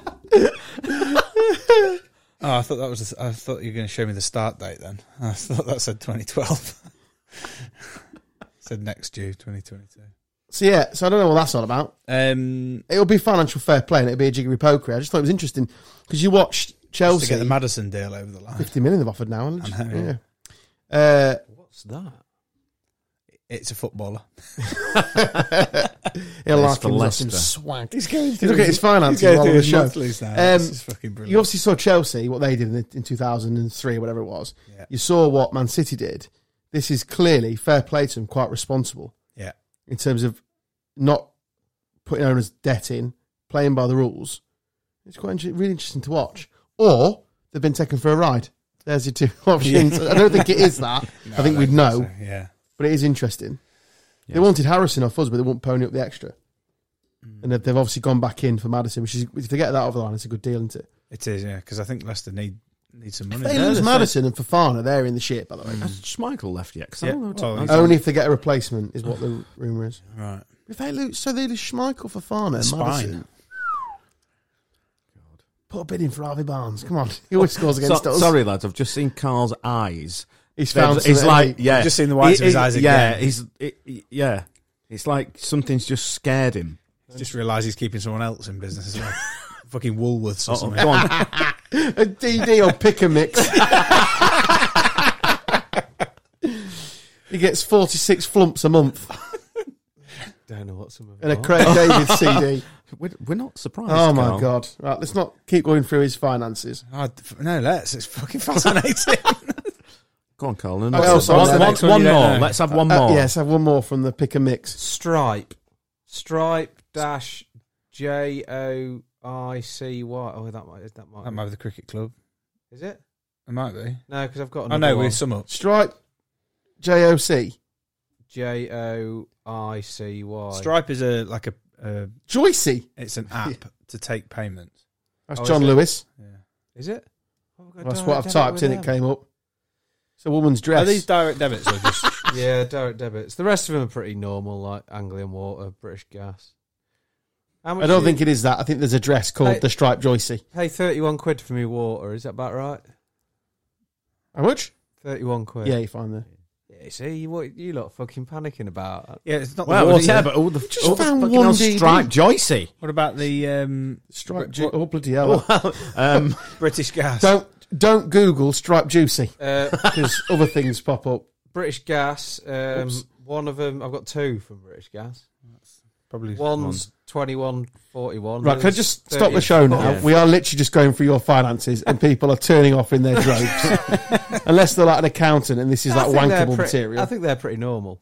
Speaker 3: oh, I thought that was. I thought you were going to show me the start date. Then I thought that said 2012. said next due 2022.
Speaker 1: So yeah, so I don't know what that's all about.
Speaker 3: Um,
Speaker 1: it'll be financial fair play and it'll be a jiggery poker. I just thought it was interesting because you watched
Speaker 3: just to
Speaker 1: Chelsea.
Speaker 3: get the Madison deal over the line.
Speaker 1: 50 million they've offered now. and
Speaker 3: I know,
Speaker 1: yeah.
Speaker 3: yeah.
Speaker 1: Uh,
Speaker 2: What's that?
Speaker 3: It's a footballer.
Speaker 1: he'll
Speaker 5: It's
Speaker 1: like
Speaker 5: for
Speaker 1: him, he's got
Speaker 5: Leicester.
Speaker 1: some swag.
Speaker 3: He's going
Speaker 1: Look at his finances
Speaker 3: He's going
Speaker 1: while
Speaker 3: through
Speaker 1: on the
Speaker 3: his
Speaker 1: show.
Speaker 3: monthlies now.
Speaker 1: Um,
Speaker 3: this is fucking
Speaker 1: You
Speaker 3: brilliant.
Speaker 1: obviously saw Chelsea, what they did in, the, in 2003 or whatever it was.
Speaker 3: Yeah.
Speaker 1: You saw what Man City did. This is clearly fair play to them, quite responsible
Speaker 3: Yeah.
Speaker 1: in terms of not putting owners' debt in, playing by the rules. It's quite inter- really interesting to watch. Or they've been taken for a ride. There's your two options. I don't think it is that.
Speaker 3: No,
Speaker 1: I think we'd
Speaker 3: don't
Speaker 1: know.
Speaker 3: so. Yeah.
Speaker 1: but it is interesting. They
Speaker 5: Yeah.
Speaker 1: wanted Harrison off us, but they won't pony up the extra. And they've they've obviously gone back in for Madison, which is if they get that over the line, it's a good deal, isn't it?
Speaker 3: It is, yeah, because I think Leicester need need some money.
Speaker 1: If they
Speaker 5: Yeah, Mm.
Speaker 1: lose
Speaker 5: that's
Speaker 1: Madison and Fafana, they're in the shit. By the way,
Speaker 5: Has Schmeichel left yet? 'Cause I
Speaker 3: Yeah.
Speaker 5: don't know what
Speaker 3: Well,
Speaker 5: to-
Speaker 3: he's-
Speaker 1: only if they get a replacement is what the rumor is.
Speaker 3: Right.
Speaker 1: If they lose, so they lose Schmeichel, Fafana,
Speaker 3: Spine.
Speaker 1: Madison. Put a bid in for Harvey Barnes. Come on. He always scores against
Speaker 5: So-
Speaker 1: us.
Speaker 5: sorry, lads, I've just seen Carl's eyes.
Speaker 1: He's found
Speaker 5: He's
Speaker 1: something,
Speaker 5: like,
Speaker 1: hasn't
Speaker 5: yeah,
Speaker 3: Just seen the whites of his eyes
Speaker 5: Yeah,
Speaker 3: again.
Speaker 5: he's it, it- yeah. It's like something's just scared him.
Speaker 3: Just realised he's keeping someone else in business as well. Fucking Woolworths or
Speaker 5: Oh,
Speaker 3: something.
Speaker 5: go on.
Speaker 1: A DD or pick a mix. he gets 46 flumps a month
Speaker 2: Don't know what some of
Speaker 1: and a
Speaker 2: are.
Speaker 1: Craig David CD.
Speaker 5: we're, we're not surprised.
Speaker 1: Oh my
Speaker 5: Carl.
Speaker 1: God. Right, let's not keep going through his finances.
Speaker 3: Oh, f- no, let's. It's fucking fascinating.
Speaker 5: Go on, Carl. No,
Speaker 1: Oh,
Speaker 5: no,
Speaker 1: so what's the
Speaker 5: one,
Speaker 3: next one you
Speaker 5: one
Speaker 3: don't
Speaker 5: more.
Speaker 3: know?
Speaker 5: Let's have one
Speaker 1: Uh,
Speaker 5: more.
Speaker 1: yes, have one more from the pick a mix.
Speaker 2: Stripe. Stripe dash J O I C Y. Oh, that might that might,
Speaker 3: that might be the cricket club.
Speaker 2: is it?
Speaker 3: It might be.
Speaker 2: No, because I've got.
Speaker 3: I know,
Speaker 2: another
Speaker 3: we're
Speaker 2: one.
Speaker 3: some up.
Speaker 1: Stripe JOC.
Speaker 2: J O I C Y.
Speaker 3: Stripe is a like a, uh,
Speaker 1: Joycey.
Speaker 3: it's an app to take payments.
Speaker 1: That's
Speaker 2: Oh, is
Speaker 1: John
Speaker 2: it?
Speaker 1: Lewis.
Speaker 3: Yeah.
Speaker 2: Is it?
Speaker 1: That's what I've typed in. It came up. It's a woman's dress.
Speaker 3: Are these direct debits or just
Speaker 2: Yeah, direct debits. The rest of them are pretty normal, like Anglian Water, British Gas. How much
Speaker 1: I don't
Speaker 2: is
Speaker 1: think it is that. I think there's a dress called
Speaker 2: Hey.
Speaker 1: the Stripe Joycey.
Speaker 2: Pay thirty-one quid for me water. Is that about right?
Speaker 1: How much?
Speaker 2: Thirty-one quid.
Speaker 1: Yeah, you find there.
Speaker 2: Yeah, See what you lot fucking panicking about?
Speaker 3: Yeah, it's not
Speaker 5: Well,
Speaker 3: the water.
Speaker 5: yeah, but all the,
Speaker 1: Just
Speaker 5: all the
Speaker 1: found
Speaker 5: fucking
Speaker 1: one
Speaker 5: old
Speaker 1: DD.
Speaker 5: stripe Joycey.
Speaker 3: what about the um,
Speaker 1: Stripe
Speaker 3: Br-
Speaker 1: Ju-
Speaker 3: what-
Speaker 1: Oh, bloody hell.
Speaker 5: Um,
Speaker 3: British Gas?
Speaker 1: Don't don't Google Stripe Juicy
Speaker 2: Uh,
Speaker 1: because other things pop up.
Speaker 2: British Gas. Um,
Speaker 1: Oops.
Speaker 2: one of them. I've got two from British Gas.
Speaker 3: Probably
Speaker 2: One's twenty-one forty-one.
Speaker 1: Right, can I just stop the show now?
Speaker 2: Yeah.
Speaker 1: We are literally just going through your finances and people are turning off in their droves. Unless they're like an accountant and this is like wankable material.
Speaker 2: I think they're pretty normal.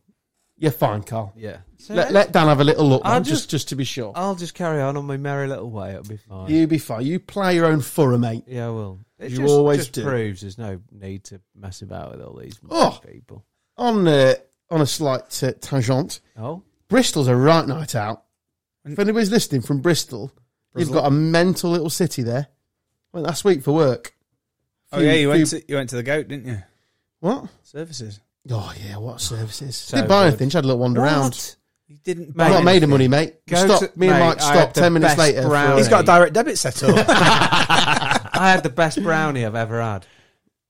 Speaker 1: You're fine, Carl.
Speaker 2: Yeah. So
Speaker 1: Let, let Dan have a little look,
Speaker 2: I'll
Speaker 1: man, just,
Speaker 2: just-
Speaker 1: just to be sure.
Speaker 2: I'll just carry on on my merry little way. It'll be fine.
Speaker 1: You be fine. You play your own furrow, mate.
Speaker 2: Yeah, I will. It
Speaker 1: You
Speaker 2: just,
Speaker 1: always
Speaker 2: just
Speaker 1: do.
Speaker 2: proves there's no need to mess about with all these
Speaker 1: Oh.
Speaker 2: people.
Speaker 1: On uh, on a slight uh, tangent,
Speaker 2: Oh,
Speaker 1: Bristol's a right night out. If anybody's listening from Bristol, you've got a mental little city there. Went last week for work.
Speaker 3: Oh yeah, you went
Speaker 1: Few-
Speaker 3: to you went to the goat, didn't you?
Speaker 1: What?
Speaker 3: Services.
Speaker 1: Oh yeah, what services?
Speaker 2: So
Speaker 1: Didn't buy
Speaker 2: good.
Speaker 1: anything. Just had a little wander around.
Speaker 3: You didn't.
Speaker 2: Mate,
Speaker 1: I've not
Speaker 2: Made
Speaker 1: made a money, mate.
Speaker 2: Go
Speaker 1: Stop.
Speaker 2: to-
Speaker 1: Me and
Speaker 2: mate,
Speaker 1: Mike
Speaker 2: I
Speaker 1: stopped
Speaker 2: had the
Speaker 1: ten minutes
Speaker 2: best
Speaker 1: later. for-
Speaker 2: brownie.
Speaker 3: He's got a direct debit set up.
Speaker 2: I had the best brownie I've ever had.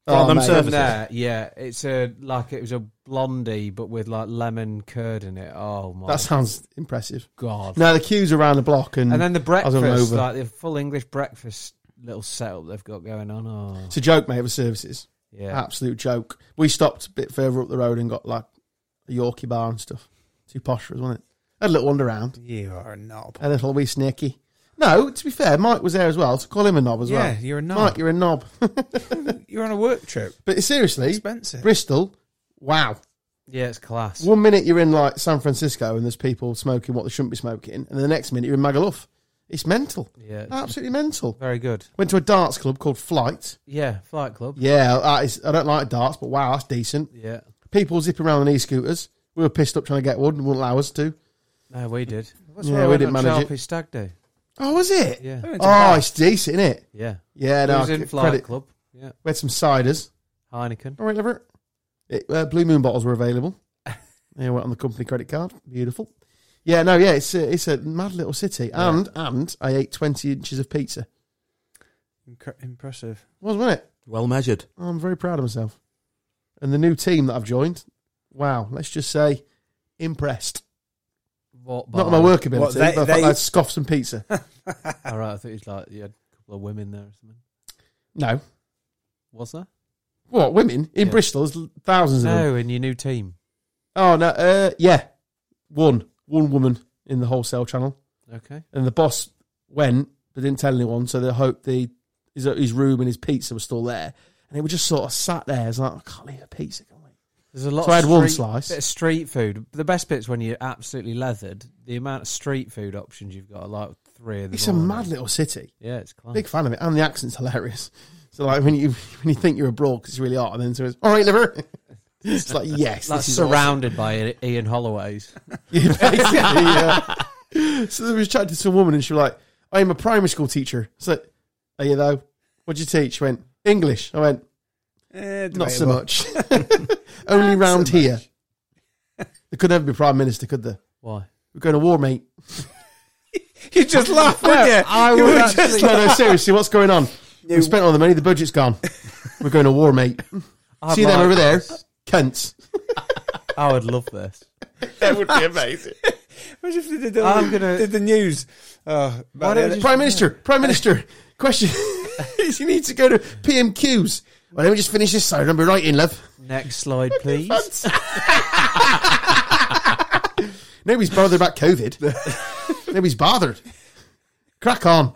Speaker 1: Oh,
Speaker 5: them
Speaker 1: mate.
Speaker 5: services.
Speaker 2: There, yeah, it's a like it was a blondie, but with like lemon curd in it. Oh my
Speaker 1: That sounds impressive.
Speaker 2: god!
Speaker 1: Now the queues around the block, and,
Speaker 2: and then the
Speaker 1: Mm. was all
Speaker 2: breakfast,
Speaker 1: over.
Speaker 2: like the full English breakfast little setup they've got going on. Oh,
Speaker 1: it's a joke, mate, with services.
Speaker 2: yeah,
Speaker 1: Absolute joke. We stopped a bit further up the road and got like a Yorkie bar and stuff. Too posh for us, wasn't it? Had a little wander around.
Speaker 3: you are a knob.
Speaker 1: A little wee sneaky. No, to be fair, Mike was there as well. To call him a knob as
Speaker 3: Yeah,
Speaker 1: well.
Speaker 3: you're a
Speaker 1: Mike,
Speaker 3: knob.
Speaker 1: you're a knob.
Speaker 3: You're on a work trip.
Speaker 1: but seriously,
Speaker 3: Expensive.
Speaker 1: Bristol, wow.
Speaker 2: yeah, it's class.
Speaker 1: One minute you're in like San Francisco and there's people smoking what they shouldn't be smoking, and the next minute you're in Magaluf. It's mental.
Speaker 2: Yeah, it's
Speaker 1: Absolutely mental.
Speaker 2: very good.
Speaker 1: Went to a darts club called Flight.
Speaker 2: Yeah, Flight Club.
Speaker 1: Yeah, that is, I don't like darts, but wow, that's decent.
Speaker 2: Yeah,
Speaker 1: People zipping around on e-scooters. We were pissed up trying to get one and wouldn't allow us to.
Speaker 2: no, we did. That's
Speaker 1: Yeah,
Speaker 2: where I
Speaker 1: we
Speaker 2: went
Speaker 1: didn't
Speaker 2: on
Speaker 1: manage it.
Speaker 2: Sharpie Stag Do.
Speaker 1: Oh, was it?
Speaker 2: Yeah,
Speaker 1: Oh, it's decent, isn't it?
Speaker 2: yeah.
Speaker 1: Yeah,
Speaker 2: it
Speaker 1: no,
Speaker 2: was
Speaker 1: I
Speaker 2: in
Speaker 1: c-
Speaker 2: Flight
Speaker 1: credit-
Speaker 2: Club. Yeah,
Speaker 1: We had some ciders.
Speaker 2: Heineken.
Speaker 1: All right, Leverett. It, uh, Blue Moon bottles were available. they went on the company credit card. Beautiful. Yeah, no, yeah, it's a, it's a mad little city.
Speaker 2: Yeah.
Speaker 1: And and I ate twenty inches of pizza.
Speaker 3: impressive.
Speaker 1: Was wasn't it?
Speaker 5: well measured.
Speaker 1: I'm very proud of myself. And the new team that I've joined. Wow, let's just say impressed.
Speaker 2: What?
Speaker 1: Not my work ability,
Speaker 3: What, they-
Speaker 1: but I
Speaker 3: they-
Speaker 1: would scoff some pizza.
Speaker 2: All right, I thought it was like you had a couple of women there or something.
Speaker 1: no,
Speaker 2: Was there?
Speaker 1: what women in
Speaker 2: Yeah.
Speaker 1: Bristol? There's thousands of them.
Speaker 2: No, in your new team.
Speaker 1: Oh no, uh, yeah, one one woman in the wholesale channel.
Speaker 2: Okay.
Speaker 1: and the boss went but didn't tell anyone. So they hoped the his, his room and his pizza was still there, and it was just sort of sat there. It's like I can't leave a pizza, can we?
Speaker 2: There's a lot.
Speaker 1: So I
Speaker 2: of
Speaker 1: had one
Speaker 2: street-
Speaker 1: slice.
Speaker 2: Bit of street food. The best bit's when you're absolutely leathered. The amount of street food options you've got, are like three of Oh. them.
Speaker 1: It's a
Speaker 2: all,
Speaker 1: mad
Speaker 2: aren't
Speaker 1: little city.
Speaker 2: they? Yeah, it's class.
Speaker 1: Big fan of it, and the accent's hilarious. So like when you when you think you're abroad, 'cause it's really hard, and then so it's all right, liver. It's like yes,
Speaker 2: like
Speaker 1: this is
Speaker 2: surrounded by I- Ian Holloway's.
Speaker 1: Yeah, basically, yeah. So we was chatting to some woman and she was like, I am a primary school teacher. So, are you though? What'd you teach? She went, English. I went, Not so much. Only round here. They could never be prime minister, could they?
Speaker 2: Why?
Speaker 1: We're going to war, mate.
Speaker 3: You just laugh, wouldn't you?
Speaker 2: I
Speaker 3: You
Speaker 2: would
Speaker 3: were
Speaker 2: actually-
Speaker 3: just
Speaker 1: no, no, seriously, what's going on? We spent all the money, the budget's gone. We're going to war, mate.
Speaker 2: I'd
Speaker 1: See them
Speaker 2: like
Speaker 1: over there,
Speaker 2: this.
Speaker 1: cunts.
Speaker 2: I would love this.
Speaker 5: That would be amazing.
Speaker 3: Imagine if they did, all
Speaker 2: I'm
Speaker 3: the,
Speaker 2: gonna-
Speaker 3: did the news. Oh,
Speaker 2: Why
Speaker 3: about
Speaker 2: don't
Speaker 3: the-
Speaker 2: you-
Speaker 1: Prime Minister, Prime Minister, question is you need to go to PMQs. Well, let me just finish this side and I'll be right in, love.
Speaker 2: Next slide, please.
Speaker 1: Nobody's bothered about COVID. Nobody's bothered. Crack on.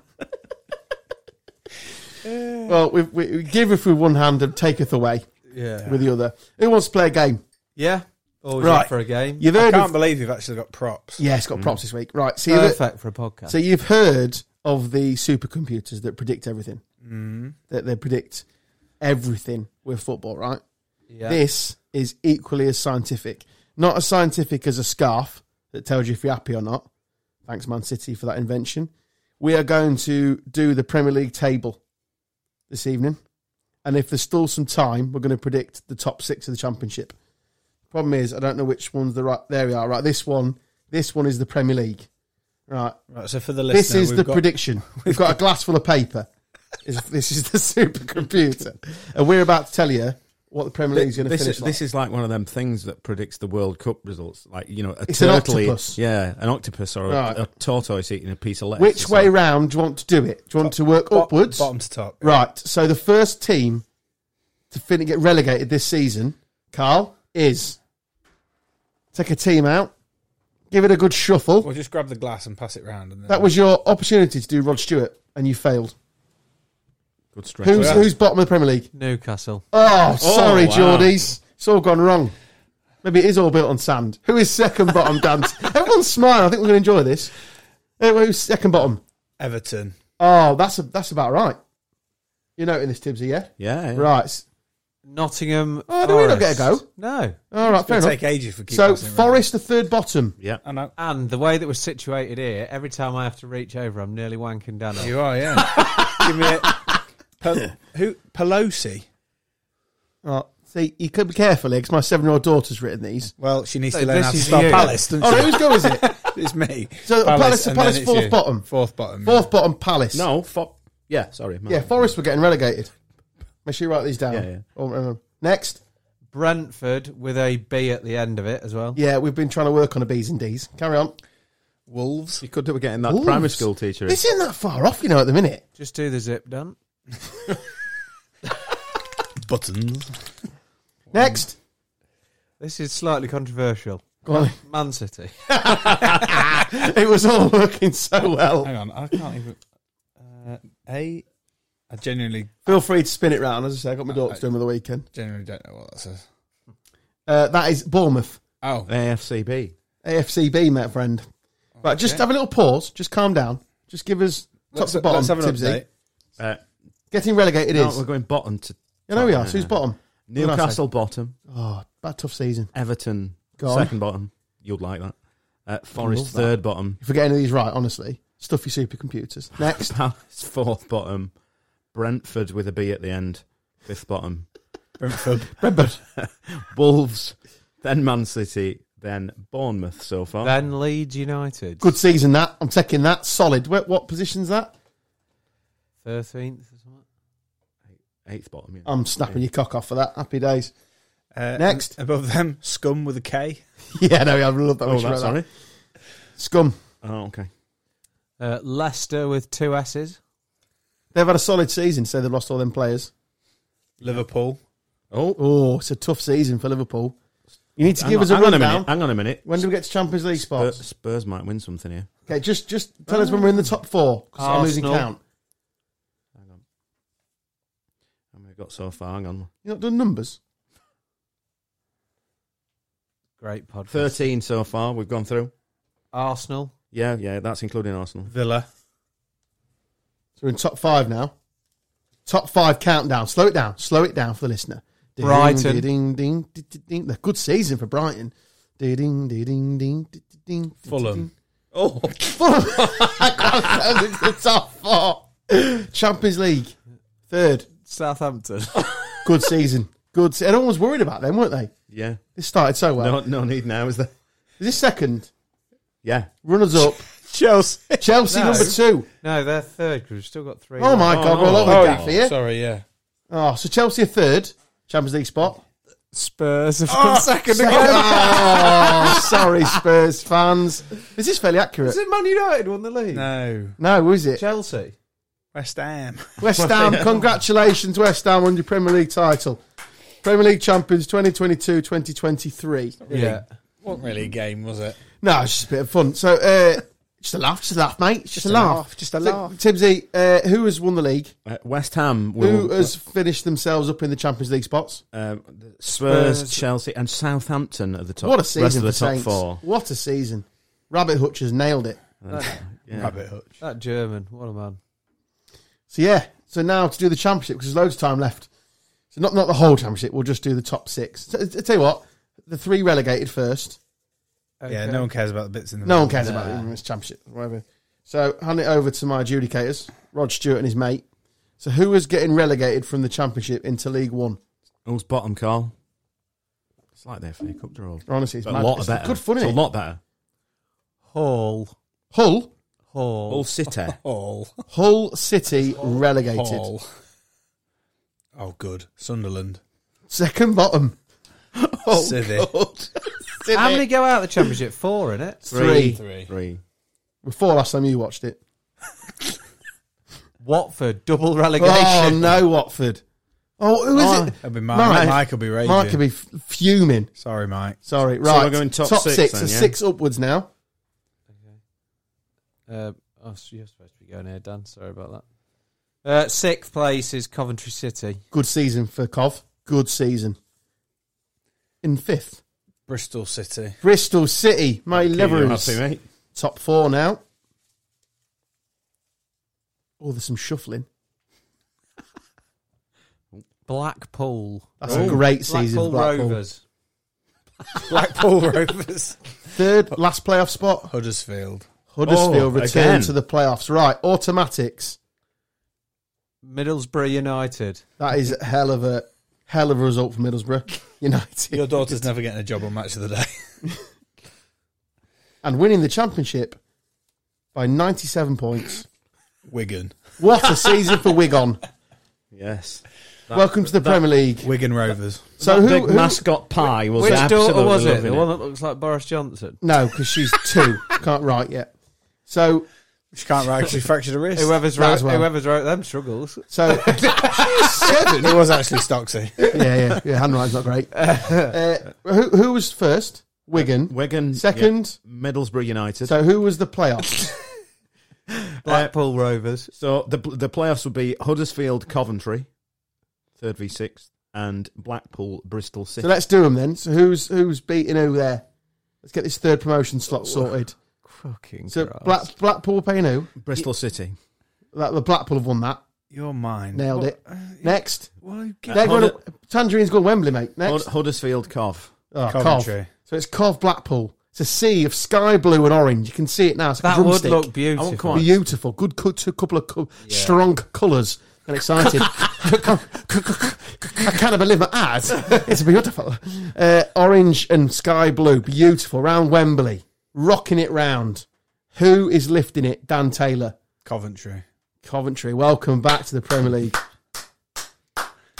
Speaker 1: well, we, we, we give with one hand and taketh away
Speaker 2: Yeah.
Speaker 1: with the other. Who wants to play a game?
Speaker 2: Yeah. Always
Speaker 1: Right.
Speaker 2: up for a game.
Speaker 1: You've
Speaker 3: I
Speaker 1: heard.
Speaker 3: can't
Speaker 1: Of,
Speaker 3: believe you've actually got props.
Speaker 1: yeah, it's got props this week. Right. So you've,
Speaker 2: Perfect for a podcast.
Speaker 1: so you've heard of the supercomputers that predict everything,
Speaker 3: Mm.
Speaker 1: that they predict everything with football, right?
Speaker 2: yeah.
Speaker 1: This is equally as scientific. Not as scientific as a scarf that tells you if you're happy or not. Thanks, Man City, for that invention. We are going to do the Premier League table this evening. And if there's still some time, we're going to predict the top six of the Championship. Problem is, I don't know which one's the right. There we are. Right, this one. This one is the Premier League. Right.
Speaker 3: Right, so for the
Speaker 1: This
Speaker 3: listener,
Speaker 1: is
Speaker 3: we've
Speaker 1: the
Speaker 3: got
Speaker 1: prediction. We've got a glass full of paper. Is- This is the supercomputer. And we're about to tell you what the Premier League is going to
Speaker 5: this,
Speaker 1: finish.
Speaker 5: is,
Speaker 1: like.
Speaker 5: this is like one of them things that predicts the World Cup results. Like, you know, a
Speaker 1: It's an
Speaker 5: turtle. eat-
Speaker 1: octopus.
Speaker 5: Yeah, an octopus or a,
Speaker 1: Right.
Speaker 5: a tortoise eating a piece of lettuce. or
Speaker 1: Which way
Speaker 5: something.
Speaker 1: round do you want to do it? Do you want to work
Speaker 3: bo-
Speaker 1: upwards?
Speaker 3: bottom to top.
Speaker 1: Right. So the first team to fin- get relegated this season, Carl, is take a team out, give it a good shuffle.
Speaker 3: We'll just grab the glass and pass it round. And then
Speaker 1: That was your opportunity to do Rod Stewart, and you failed.
Speaker 5: Good stretch.
Speaker 1: Who's
Speaker 3: Yeah.
Speaker 1: who's bottom of the Premier League?
Speaker 2: Newcastle.
Speaker 1: Oh, sorry,
Speaker 5: wow.
Speaker 1: Geordies. It's all gone wrong. Maybe it is all built on sand. Who is second bottom, Dan? Everyone smile. I think we're going to enjoy this. Uh, Who's second bottom?
Speaker 3: Everton.
Speaker 1: Oh, that's a, that's about right. You're noting this, Tibbsy, yeah?
Speaker 5: Yeah, yeah.
Speaker 1: Right.
Speaker 2: Nottingham.
Speaker 1: Oh, do we not get a
Speaker 2: Forest.
Speaker 1: go?
Speaker 2: No.
Speaker 1: All right, fair
Speaker 3: It'll
Speaker 1: enough.
Speaker 3: take ages for keep
Speaker 1: So
Speaker 3: passing it round.
Speaker 1: Forest, the third bottom.
Speaker 5: yeah.
Speaker 3: I know.
Speaker 2: And the way that we're situated here, every time I have to reach over, I'm nearly wanking Dan up.
Speaker 3: You are, yeah. Give me it. Pel- who? Pelosi.
Speaker 1: Right. See, you could be careful here because my seven-year-old daughter's written these.
Speaker 3: Well, she needs
Speaker 2: So
Speaker 3: to learn
Speaker 2: this
Speaker 3: how to
Speaker 2: is
Speaker 3: spell
Speaker 2: you.
Speaker 3: Palace, doesn't
Speaker 1: Oh, no,
Speaker 3: she?
Speaker 1: whose goal is it?
Speaker 3: It's me.
Speaker 1: So Palace,
Speaker 3: and
Speaker 1: Palace,
Speaker 3: then it's
Speaker 1: fourth
Speaker 3: you.
Speaker 1: bottom.
Speaker 3: Fourth bottom.
Speaker 1: Fourth bottom, Palace.
Speaker 5: No, fo- yeah, sorry. my
Speaker 1: Yeah,
Speaker 5: bad.
Speaker 1: Forest were getting relegated. Make sure you write these down.
Speaker 5: Yeah, yeah.
Speaker 1: Oh, remember. Next.
Speaker 2: Brentford with a B at the end of it as well.
Speaker 1: Yeah, we've been trying to work on the B's and D's. Carry on.
Speaker 3: Wolves.
Speaker 5: You could do it getting that
Speaker 1: Wolves.
Speaker 5: primary school teacher. in.
Speaker 1: This isn't that far off, you know, at the minute.
Speaker 2: Just do the zip, Dan.
Speaker 3: Buttons.
Speaker 1: Next.
Speaker 2: This is slightly controversial.
Speaker 1: Go on.
Speaker 2: Man City.
Speaker 1: it was all working so well.
Speaker 3: Hang on, I can't even. Uh, a. I genuinely,
Speaker 1: Feel free to spin it round. As I say, I got my daughter's doing with the weekend.
Speaker 3: genuinely don't know what that says.
Speaker 1: Uh, that is Bournemouth.
Speaker 3: Oh,
Speaker 5: AFCB.
Speaker 1: AFCB, my friend. Right, just
Speaker 3: Okay.
Speaker 1: have a little pause. Just calm down. Just give us top
Speaker 3: Let's-
Speaker 1: to bottom.
Speaker 3: let's have an
Speaker 1: Tibbsy.
Speaker 3: update.
Speaker 5: Uh,
Speaker 1: Getting relegated
Speaker 5: no,
Speaker 1: is.
Speaker 5: we're going bottom to
Speaker 1: You know we are.
Speaker 5: top,
Speaker 1: So who's
Speaker 5: yeah.
Speaker 1: bottom? did I say?
Speaker 5: Newcastle bottom,
Speaker 1: Oh, bad tough season.
Speaker 5: Everton
Speaker 1: Go on.
Speaker 5: second bottom. You'd like that. Uh,
Speaker 1: love
Speaker 5: Forest
Speaker 1: that.
Speaker 5: third bottom,
Speaker 1: If we get any of these right, honestly, stuffy supercomputers. Next,
Speaker 5: Palace fourth bottom, Brentford with a B at the end, fifth bottom,
Speaker 3: Brentford.
Speaker 5: Wolves, then Man City, then Bournemouth so far.
Speaker 2: Then Leeds United.
Speaker 1: Oh. good season that. I'm taking that. Solid. What, what position's that?
Speaker 2: 13th or something.
Speaker 5: eighth bottom. Yeah.
Speaker 1: I'm snapping your cock off for that. Happy days.
Speaker 3: Uh,
Speaker 1: Next.
Speaker 3: and above them, scum with a K.
Speaker 1: Yeah, no, I love that.
Speaker 5: oh,
Speaker 1: when she
Speaker 5: that,
Speaker 1: wrote that.
Speaker 5: sorry.
Speaker 1: Scum.
Speaker 5: Oh, okay.
Speaker 2: Uh, Leicester with two S's.
Speaker 1: They've had a solid season, so they've lost all them players.
Speaker 3: Liverpool.
Speaker 5: Oh,
Speaker 1: Oh, it's a tough season for Liverpool. You need to
Speaker 5: hang
Speaker 1: give
Speaker 5: on,
Speaker 1: us a
Speaker 5: hang on a
Speaker 1: rundown.
Speaker 5: minute. Hang on a minute.
Speaker 1: When do we get to Champions League
Speaker 5: Spurs,
Speaker 1: spots?
Speaker 5: Spurs might win something here.
Speaker 1: Okay, just just tell us when we're in the top four. 'cause I'm losing
Speaker 2: Arsenal.
Speaker 1: count.
Speaker 5: Hang on. How many we got so far? Hang on.
Speaker 1: You're not done numbers.
Speaker 2: Great podcast.
Speaker 5: 13 so far we've gone through.
Speaker 2: Arsenal.
Speaker 5: Yeah, yeah, that's including Arsenal.
Speaker 3: Villa.
Speaker 1: So we're in top five now. Top five countdown. Slow it down. Slow it down for the listener. Ding,
Speaker 2: Brighton.
Speaker 1: Ding, ding, ding, ding, ding. The Good season for Brighton. Ding, ding, ding, ding, ding, ding, ding.
Speaker 3: Fulham.
Speaker 5: Oh,
Speaker 1: Fulham. I can't it's the top four. Champions League. Third.
Speaker 2: Southampton.
Speaker 1: Good season. Good. Se- Everyone was worried about them, weren't they?
Speaker 5: yeah.
Speaker 1: This started so well.
Speaker 5: No, no need now, is there?
Speaker 1: Is this second?
Speaker 5: Yeah.
Speaker 1: Runners up.
Speaker 5: Chelsea.
Speaker 1: Chelsea
Speaker 2: No.
Speaker 1: number two.
Speaker 2: No, they're third because we've still got three.
Speaker 1: Oh my
Speaker 5: Oh,
Speaker 1: god, we're all
Speaker 5: oh,
Speaker 1: over
Speaker 5: oh,
Speaker 1: the gaff here.
Speaker 3: Sorry, yeah.
Speaker 1: Oh, so Chelsea are third Champions League spot.
Speaker 4: Spurs have
Speaker 3: Oh,
Speaker 4: come second again.
Speaker 1: oh, sorry, Spurs fans. This is fairly accurate.
Speaker 2: Is it Man United won the league?
Speaker 3: No,
Speaker 1: No, is it?
Speaker 2: Chelsea.
Speaker 3: West Ham.
Speaker 1: West Ham, congratulations, West Ham on your Premier League title. Premier League champions 2022 2023.
Speaker 2: Yeah.
Speaker 3: wasn't really a game, was it?
Speaker 1: No, it's just a bit of fun. So, uh, just a laugh, just a laugh, mate. Just, a laugh.
Speaker 3: Just a
Speaker 1: So, Timsy, uh, who has won the league?
Speaker 5: Uh, West Ham
Speaker 1: Who
Speaker 5: will.
Speaker 1: has finished themselves up in the Champions League spots?
Speaker 5: um, Spurs,
Speaker 2: Spurs.
Speaker 5: Chelsea, and Southampton at the top.
Speaker 1: What a season
Speaker 5: Rest of
Speaker 1: for
Speaker 5: the top
Speaker 1: Saints.
Speaker 5: four.
Speaker 1: What a season. Rabbit Hutch has nailed it.
Speaker 2: That,
Speaker 5: Yeah.
Speaker 3: Rabbit hutch.
Speaker 2: that German, what a man.
Speaker 1: So, yeah. So now to do the championship, because there's loads of time left. So not, not the whole championship, we'll just do the top six. So, I I tell you what, the three relegated first.
Speaker 3: Yeah,
Speaker 2: Okay.
Speaker 3: no one cares about the bits in the.
Speaker 1: No
Speaker 3: middle.
Speaker 1: one cares about it in this championship, whatever. So hand it over to my adjudicators, Rod Stewart and his mate. So who is getting relegated from the championship into League One?
Speaker 5: Who's bottom, Carl? It's like their FA Cup draw.
Speaker 1: Honestly, it's
Speaker 5: But
Speaker 1: mad.
Speaker 5: a lot
Speaker 1: It's
Speaker 5: better.
Speaker 1: Good fun,
Speaker 5: It's
Speaker 1: isn't
Speaker 5: a
Speaker 1: it?
Speaker 5: lot better.
Speaker 4: Hall.
Speaker 1: Hull,
Speaker 4: Hall.
Speaker 5: All City.
Speaker 3: All.
Speaker 1: Hull City relegated,
Speaker 3: All. Oh, good. Sunderland.
Speaker 1: second bottom. Oh,
Speaker 3: City.
Speaker 1: City.
Speaker 2: How many go out of the championship? Four in it.
Speaker 1: Three.
Speaker 3: Three.
Speaker 5: Three.
Speaker 1: We're Four last time you watched it.
Speaker 2: Watford double relegation.
Speaker 1: Oh no, Watford. Oh, who is it?
Speaker 3: That'd be Mike.
Speaker 1: Mike.
Speaker 3: Mike will be raging.
Speaker 1: Mark could be f- fuming.
Speaker 3: Sorry, Mike.
Speaker 1: Sorry,
Speaker 5: Oh, So
Speaker 1: right.
Speaker 5: we're going top six
Speaker 1: six.
Speaker 5: then,
Speaker 1: There's
Speaker 5: yeah?
Speaker 1: six upwards now.
Speaker 2: Uh, oh, so you're supposed to be going here, Dan. Sorry about that. Uh, sixth place is Coventry City.
Speaker 1: Good season for Cov. Good season. In fifth,
Speaker 3: Bristol City.
Speaker 1: Bristol City, my
Speaker 5: Happy,
Speaker 1: Leverons.
Speaker 5: mate.
Speaker 1: Top four now. Oh, there's some shuffling.
Speaker 2: Blackpool.
Speaker 1: That's
Speaker 5: Oh,
Speaker 1: a great season
Speaker 2: Blackpool,
Speaker 1: for Blackpool.
Speaker 2: Rovers.
Speaker 3: Blackpool Rovers.
Speaker 1: Third, last playoff spot.
Speaker 3: Huddersfield.
Speaker 1: Huddersfield
Speaker 5: Oh,
Speaker 1: return
Speaker 5: again.
Speaker 1: to the playoffs. Right, automatics.
Speaker 2: Middlesbrough United.
Speaker 1: That is a hell of a hell of a result for Middlesbrough United.
Speaker 3: Your daughter's never getting a job on Match of the Day.
Speaker 1: And winning the championship by 97 points.
Speaker 3: Wigan.
Speaker 1: What a season for Wigan.
Speaker 5: Yes.
Speaker 1: Welcome to the Premier League.
Speaker 3: Wigan Rovers.
Speaker 1: So
Speaker 5: that
Speaker 1: who,
Speaker 5: big
Speaker 1: who
Speaker 5: mascot pie was
Speaker 2: Which
Speaker 5: absolutely
Speaker 2: daughter was it? The
Speaker 5: loving
Speaker 2: one that looks like Boris Johnson.
Speaker 1: No, because she's two. Can't write yet. So,
Speaker 3: She can't write 'cause she fractured her wrist.
Speaker 2: Whoever's
Speaker 1: That
Speaker 2: wrote,
Speaker 1: as well.
Speaker 2: whoever's wrote them struggles.
Speaker 1: so
Speaker 3: it was actually Stocksy.
Speaker 1: yeah, yeah, yeah. Handwriting's not great. Uh, who, who was first? Wigan.
Speaker 5: Wigan.
Speaker 1: Second.
Speaker 5: yeah. Middlesbrough United.
Speaker 1: So who was the playoffs?
Speaker 2: Blackpool
Speaker 1: Uh,
Speaker 2: Rovers.
Speaker 5: So the the playoffs would be Huddersfield, Coventry, third v sixth, and Blackpool, Bristol
Speaker 1: So
Speaker 5: City.
Speaker 1: let's do them then. So who's who's beating who there? Let's get this third promotion slot sorted.
Speaker 2: Fucking
Speaker 1: So
Speaker 2: Christ.
Speaker 1: Black, Blackpool paying who?
Speaker 5: Bristol City.
Speaker 1: That, the Blackpool have won that.
Speaker 3: You're mine.
Speaker 1: Nailed it. Next.
Speaker 3: Well,
Speaker 1: They're going to, Tangerine's going to Wembley, mate.
Speaker 5: Hud-
Speaker 1: Next.
Speaker 5: Huddersfield, Cov.
Speaker 1: Oh, Cov.
Speaker 3: Coventry.
Speaker 1: So it's Cov Blackpool. It's a sea of sky blue and orange. You can see it now. It's like
Speaker 2: That
Speaker 1: a
Speaker 2: would
Speaker 1: drumstick.
Speaker 2: look beautiful.
Speaker 5: quite-
Speaker 1: Beautiful. Good co- two couple of co- strong colours. And excited. I can't believe my eyes. It's beautiful. Uh, orange and sky blue. Beautiful. Round Wembley. Rocking it round. Who is lifting it? Dan Taylor.
Speaker 3: Coventry.
Speaker 1: Coventry. Welcome back to the Premier League.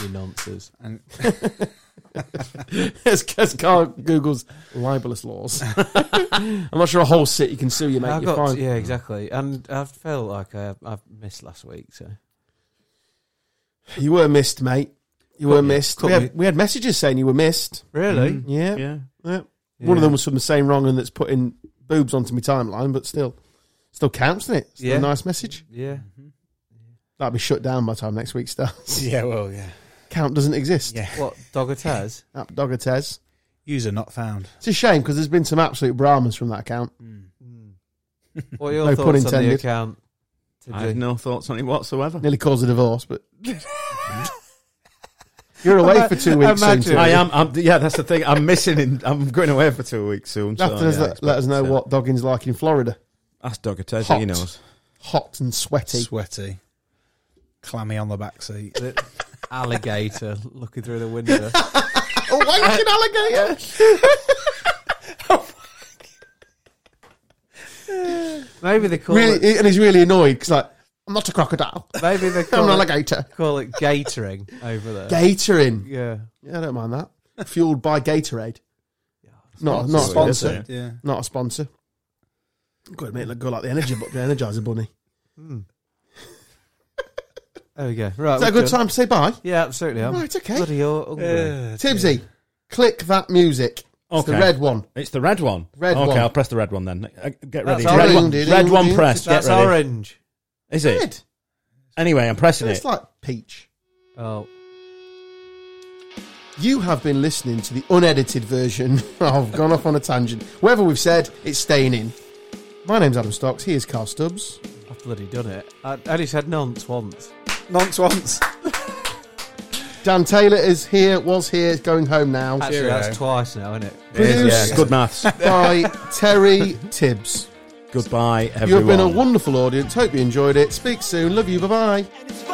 Speaker 2: You nonsense.
Speaker 3: And
Speaker 1: It's because Carl Google's libelous laws. I'm not sure a whole city can sue you, mate.
Speaker 2: I
Speaker 1: You're
Speaker 2: got,
Speaker 1: fine.
Speaker 2: yeah, exactly. And I felt like I, I've missed last week. So
Speaker 1: You were missed, mate. You
Speaker 2: Cut
Speaker 1: were
Speaker 2: me-
Speaker 1: missed.
Speaker 2: cut
Speaker 1: We
Speaker 2: me.
Speaker 1: had, we had messages saying you were missed.
Speaker 2: really,
Speaker 5: Mm.
Speaker 1: Yeah.
Speaker 5: Yeah.
Speaker 1: yeah. One
Speaker 2: Yeah.
Speaker 1: of them was from the same wrong and that's putting boobs onto my timeline, but still, still counts, doesn't it? Still
Speaker 2: Yeah.
Speaker 1: a nice message.
Speaker 2: yeah.
Speaker 3: Mm-hmm.
Speaker 1: That'll be shut down by the time next week starts.
Speaker 3: yeah, well, yeah.
Speaker 1: Count doesn't exist.
Speaker 3: Yeah.
Speaker 2: What Dogatez?
Speaker 1: App Dogger Tez.
Speaker 3: User not found.
Speaker 1: It's a shame because there's been some absolute Brahmins from that account.
Speaker 3: Hmm.
Speaker 2: What are your
Speaker 1: Mm. No pun
Speaker 2: thoughts on the
Speaker 1: intended.
Speaker 2: account?
Speaker 5: I have
Speaker 2: Tidji?
Speaker 5: no thoughts on it whatsoever.
Speaker 1: Nearly caused a divorce, but. You're away for two weeks soon.
Speaker 2: Imagine.
Speaker 1: too.
Speaker 5: I am. I'm, yeah, that's the thing. I'm missing. In, I'm going away for two weeks soon.
Speaker 1: You'll
Speaker 5: So,
Speaker 1: have to
Speaker 5: Oh, yeah,
Speaker 1: let, let us know
Speaker 5: expect-
Speaker 1: what dogging's like in Florida.
Speaker 5: Ask Dogger Tez.
Speaker 1: Hot.
Speaker 5: He knows.
Speaker 1: Hot and sweaty.
Speaker 3: Sweaty. Clammy on the back seat.
Speaker 2: The alligator looking through the window.
Speaker 1: A wanking alligator!
Speaker 2: Maybe they call
Speaker 1: Really,
Speaker 2: it.
Speaker 1: and he's really annoyed because like I'm not a crocodile.
Speaker 2: Maybe they
Speaker 1: I'm
Speaker 2: call
Speaker 1: an
Speaker 2: it,
Speaker 1: alligator.
Speaker 2: call it gatoring over there.
Speaker 1: Gatoring.
Speaker 2: yeah.
Speaker 1: Yeah, I don't mind that. Fueled by Gatorade. Not not a
Speaker 5: Sponsored, isn't
Speaker 1: sponsor.
Speaker 5: it?
Speaker 3: Yeah.
Speaker 1: Not a sponsor. Good mate, look go like the energy, but the Energizer Bunny.
Speaker 2: Hmm. There we go. Right.
Speaker 1: Is that a
Speaker 2: we're
Speaker 1: good
Speaker 2: done.
Speaker 1: time to say bye?
Speaker 2: Yeah, absolutely. I'm
Speaker 1: Right, okay.
Speaker 2: bloody hungry.
Speaker 1: Tibsy, click that music. It's the
Speaker 5: Okay.
Speaker 1: red one.
Speaker 5: It's the red one.
Speaker 1: Red
Speaker 5: okay,
Speaker 1: one.
Speaker 5: I'll press the red one then. Uh, Get ready.
Speaker 2: That's
Speaker 5: Red
Speaker 2: orange.
Speaker 5: one, red one pressed. Get
Speaker 2: That's
Speaker 5: ready.
Speaker 2: orange.
Speaker 5: Is it?
Speaker 1: Red.
Speaker 5: Anyway, I'm pressing it.
Speaker 1: It's like peach.
Speaker 2: Oh.
Speaker 1: You have been listening to the unedited version. I've gone off on a tangent. Whatever we've said, it's staying in. My name's Adam Stocks. He is Carl Stubbs.
Speaker 2: I've bloody done it. I only said nonce once.
Speaker 3: Nonce once.
Speaker 1: Dan Taylor is here, was here, is going home now.
Speaker 2: Actually,
Speaker 3: Cheerio.
Speaker 2: that's twice now, isn't it?
Speaker 1: Produced
Speaker 5: Yeah, good maths.
Speaker 1: by Terry Tibbs.
Speaker 5: Goodbye, everyone.
Speaker 1: You have been a wonderful audience. Hope you enjoyed it. Speak soon. Love you. Bye bye.
Speaker 6: And it's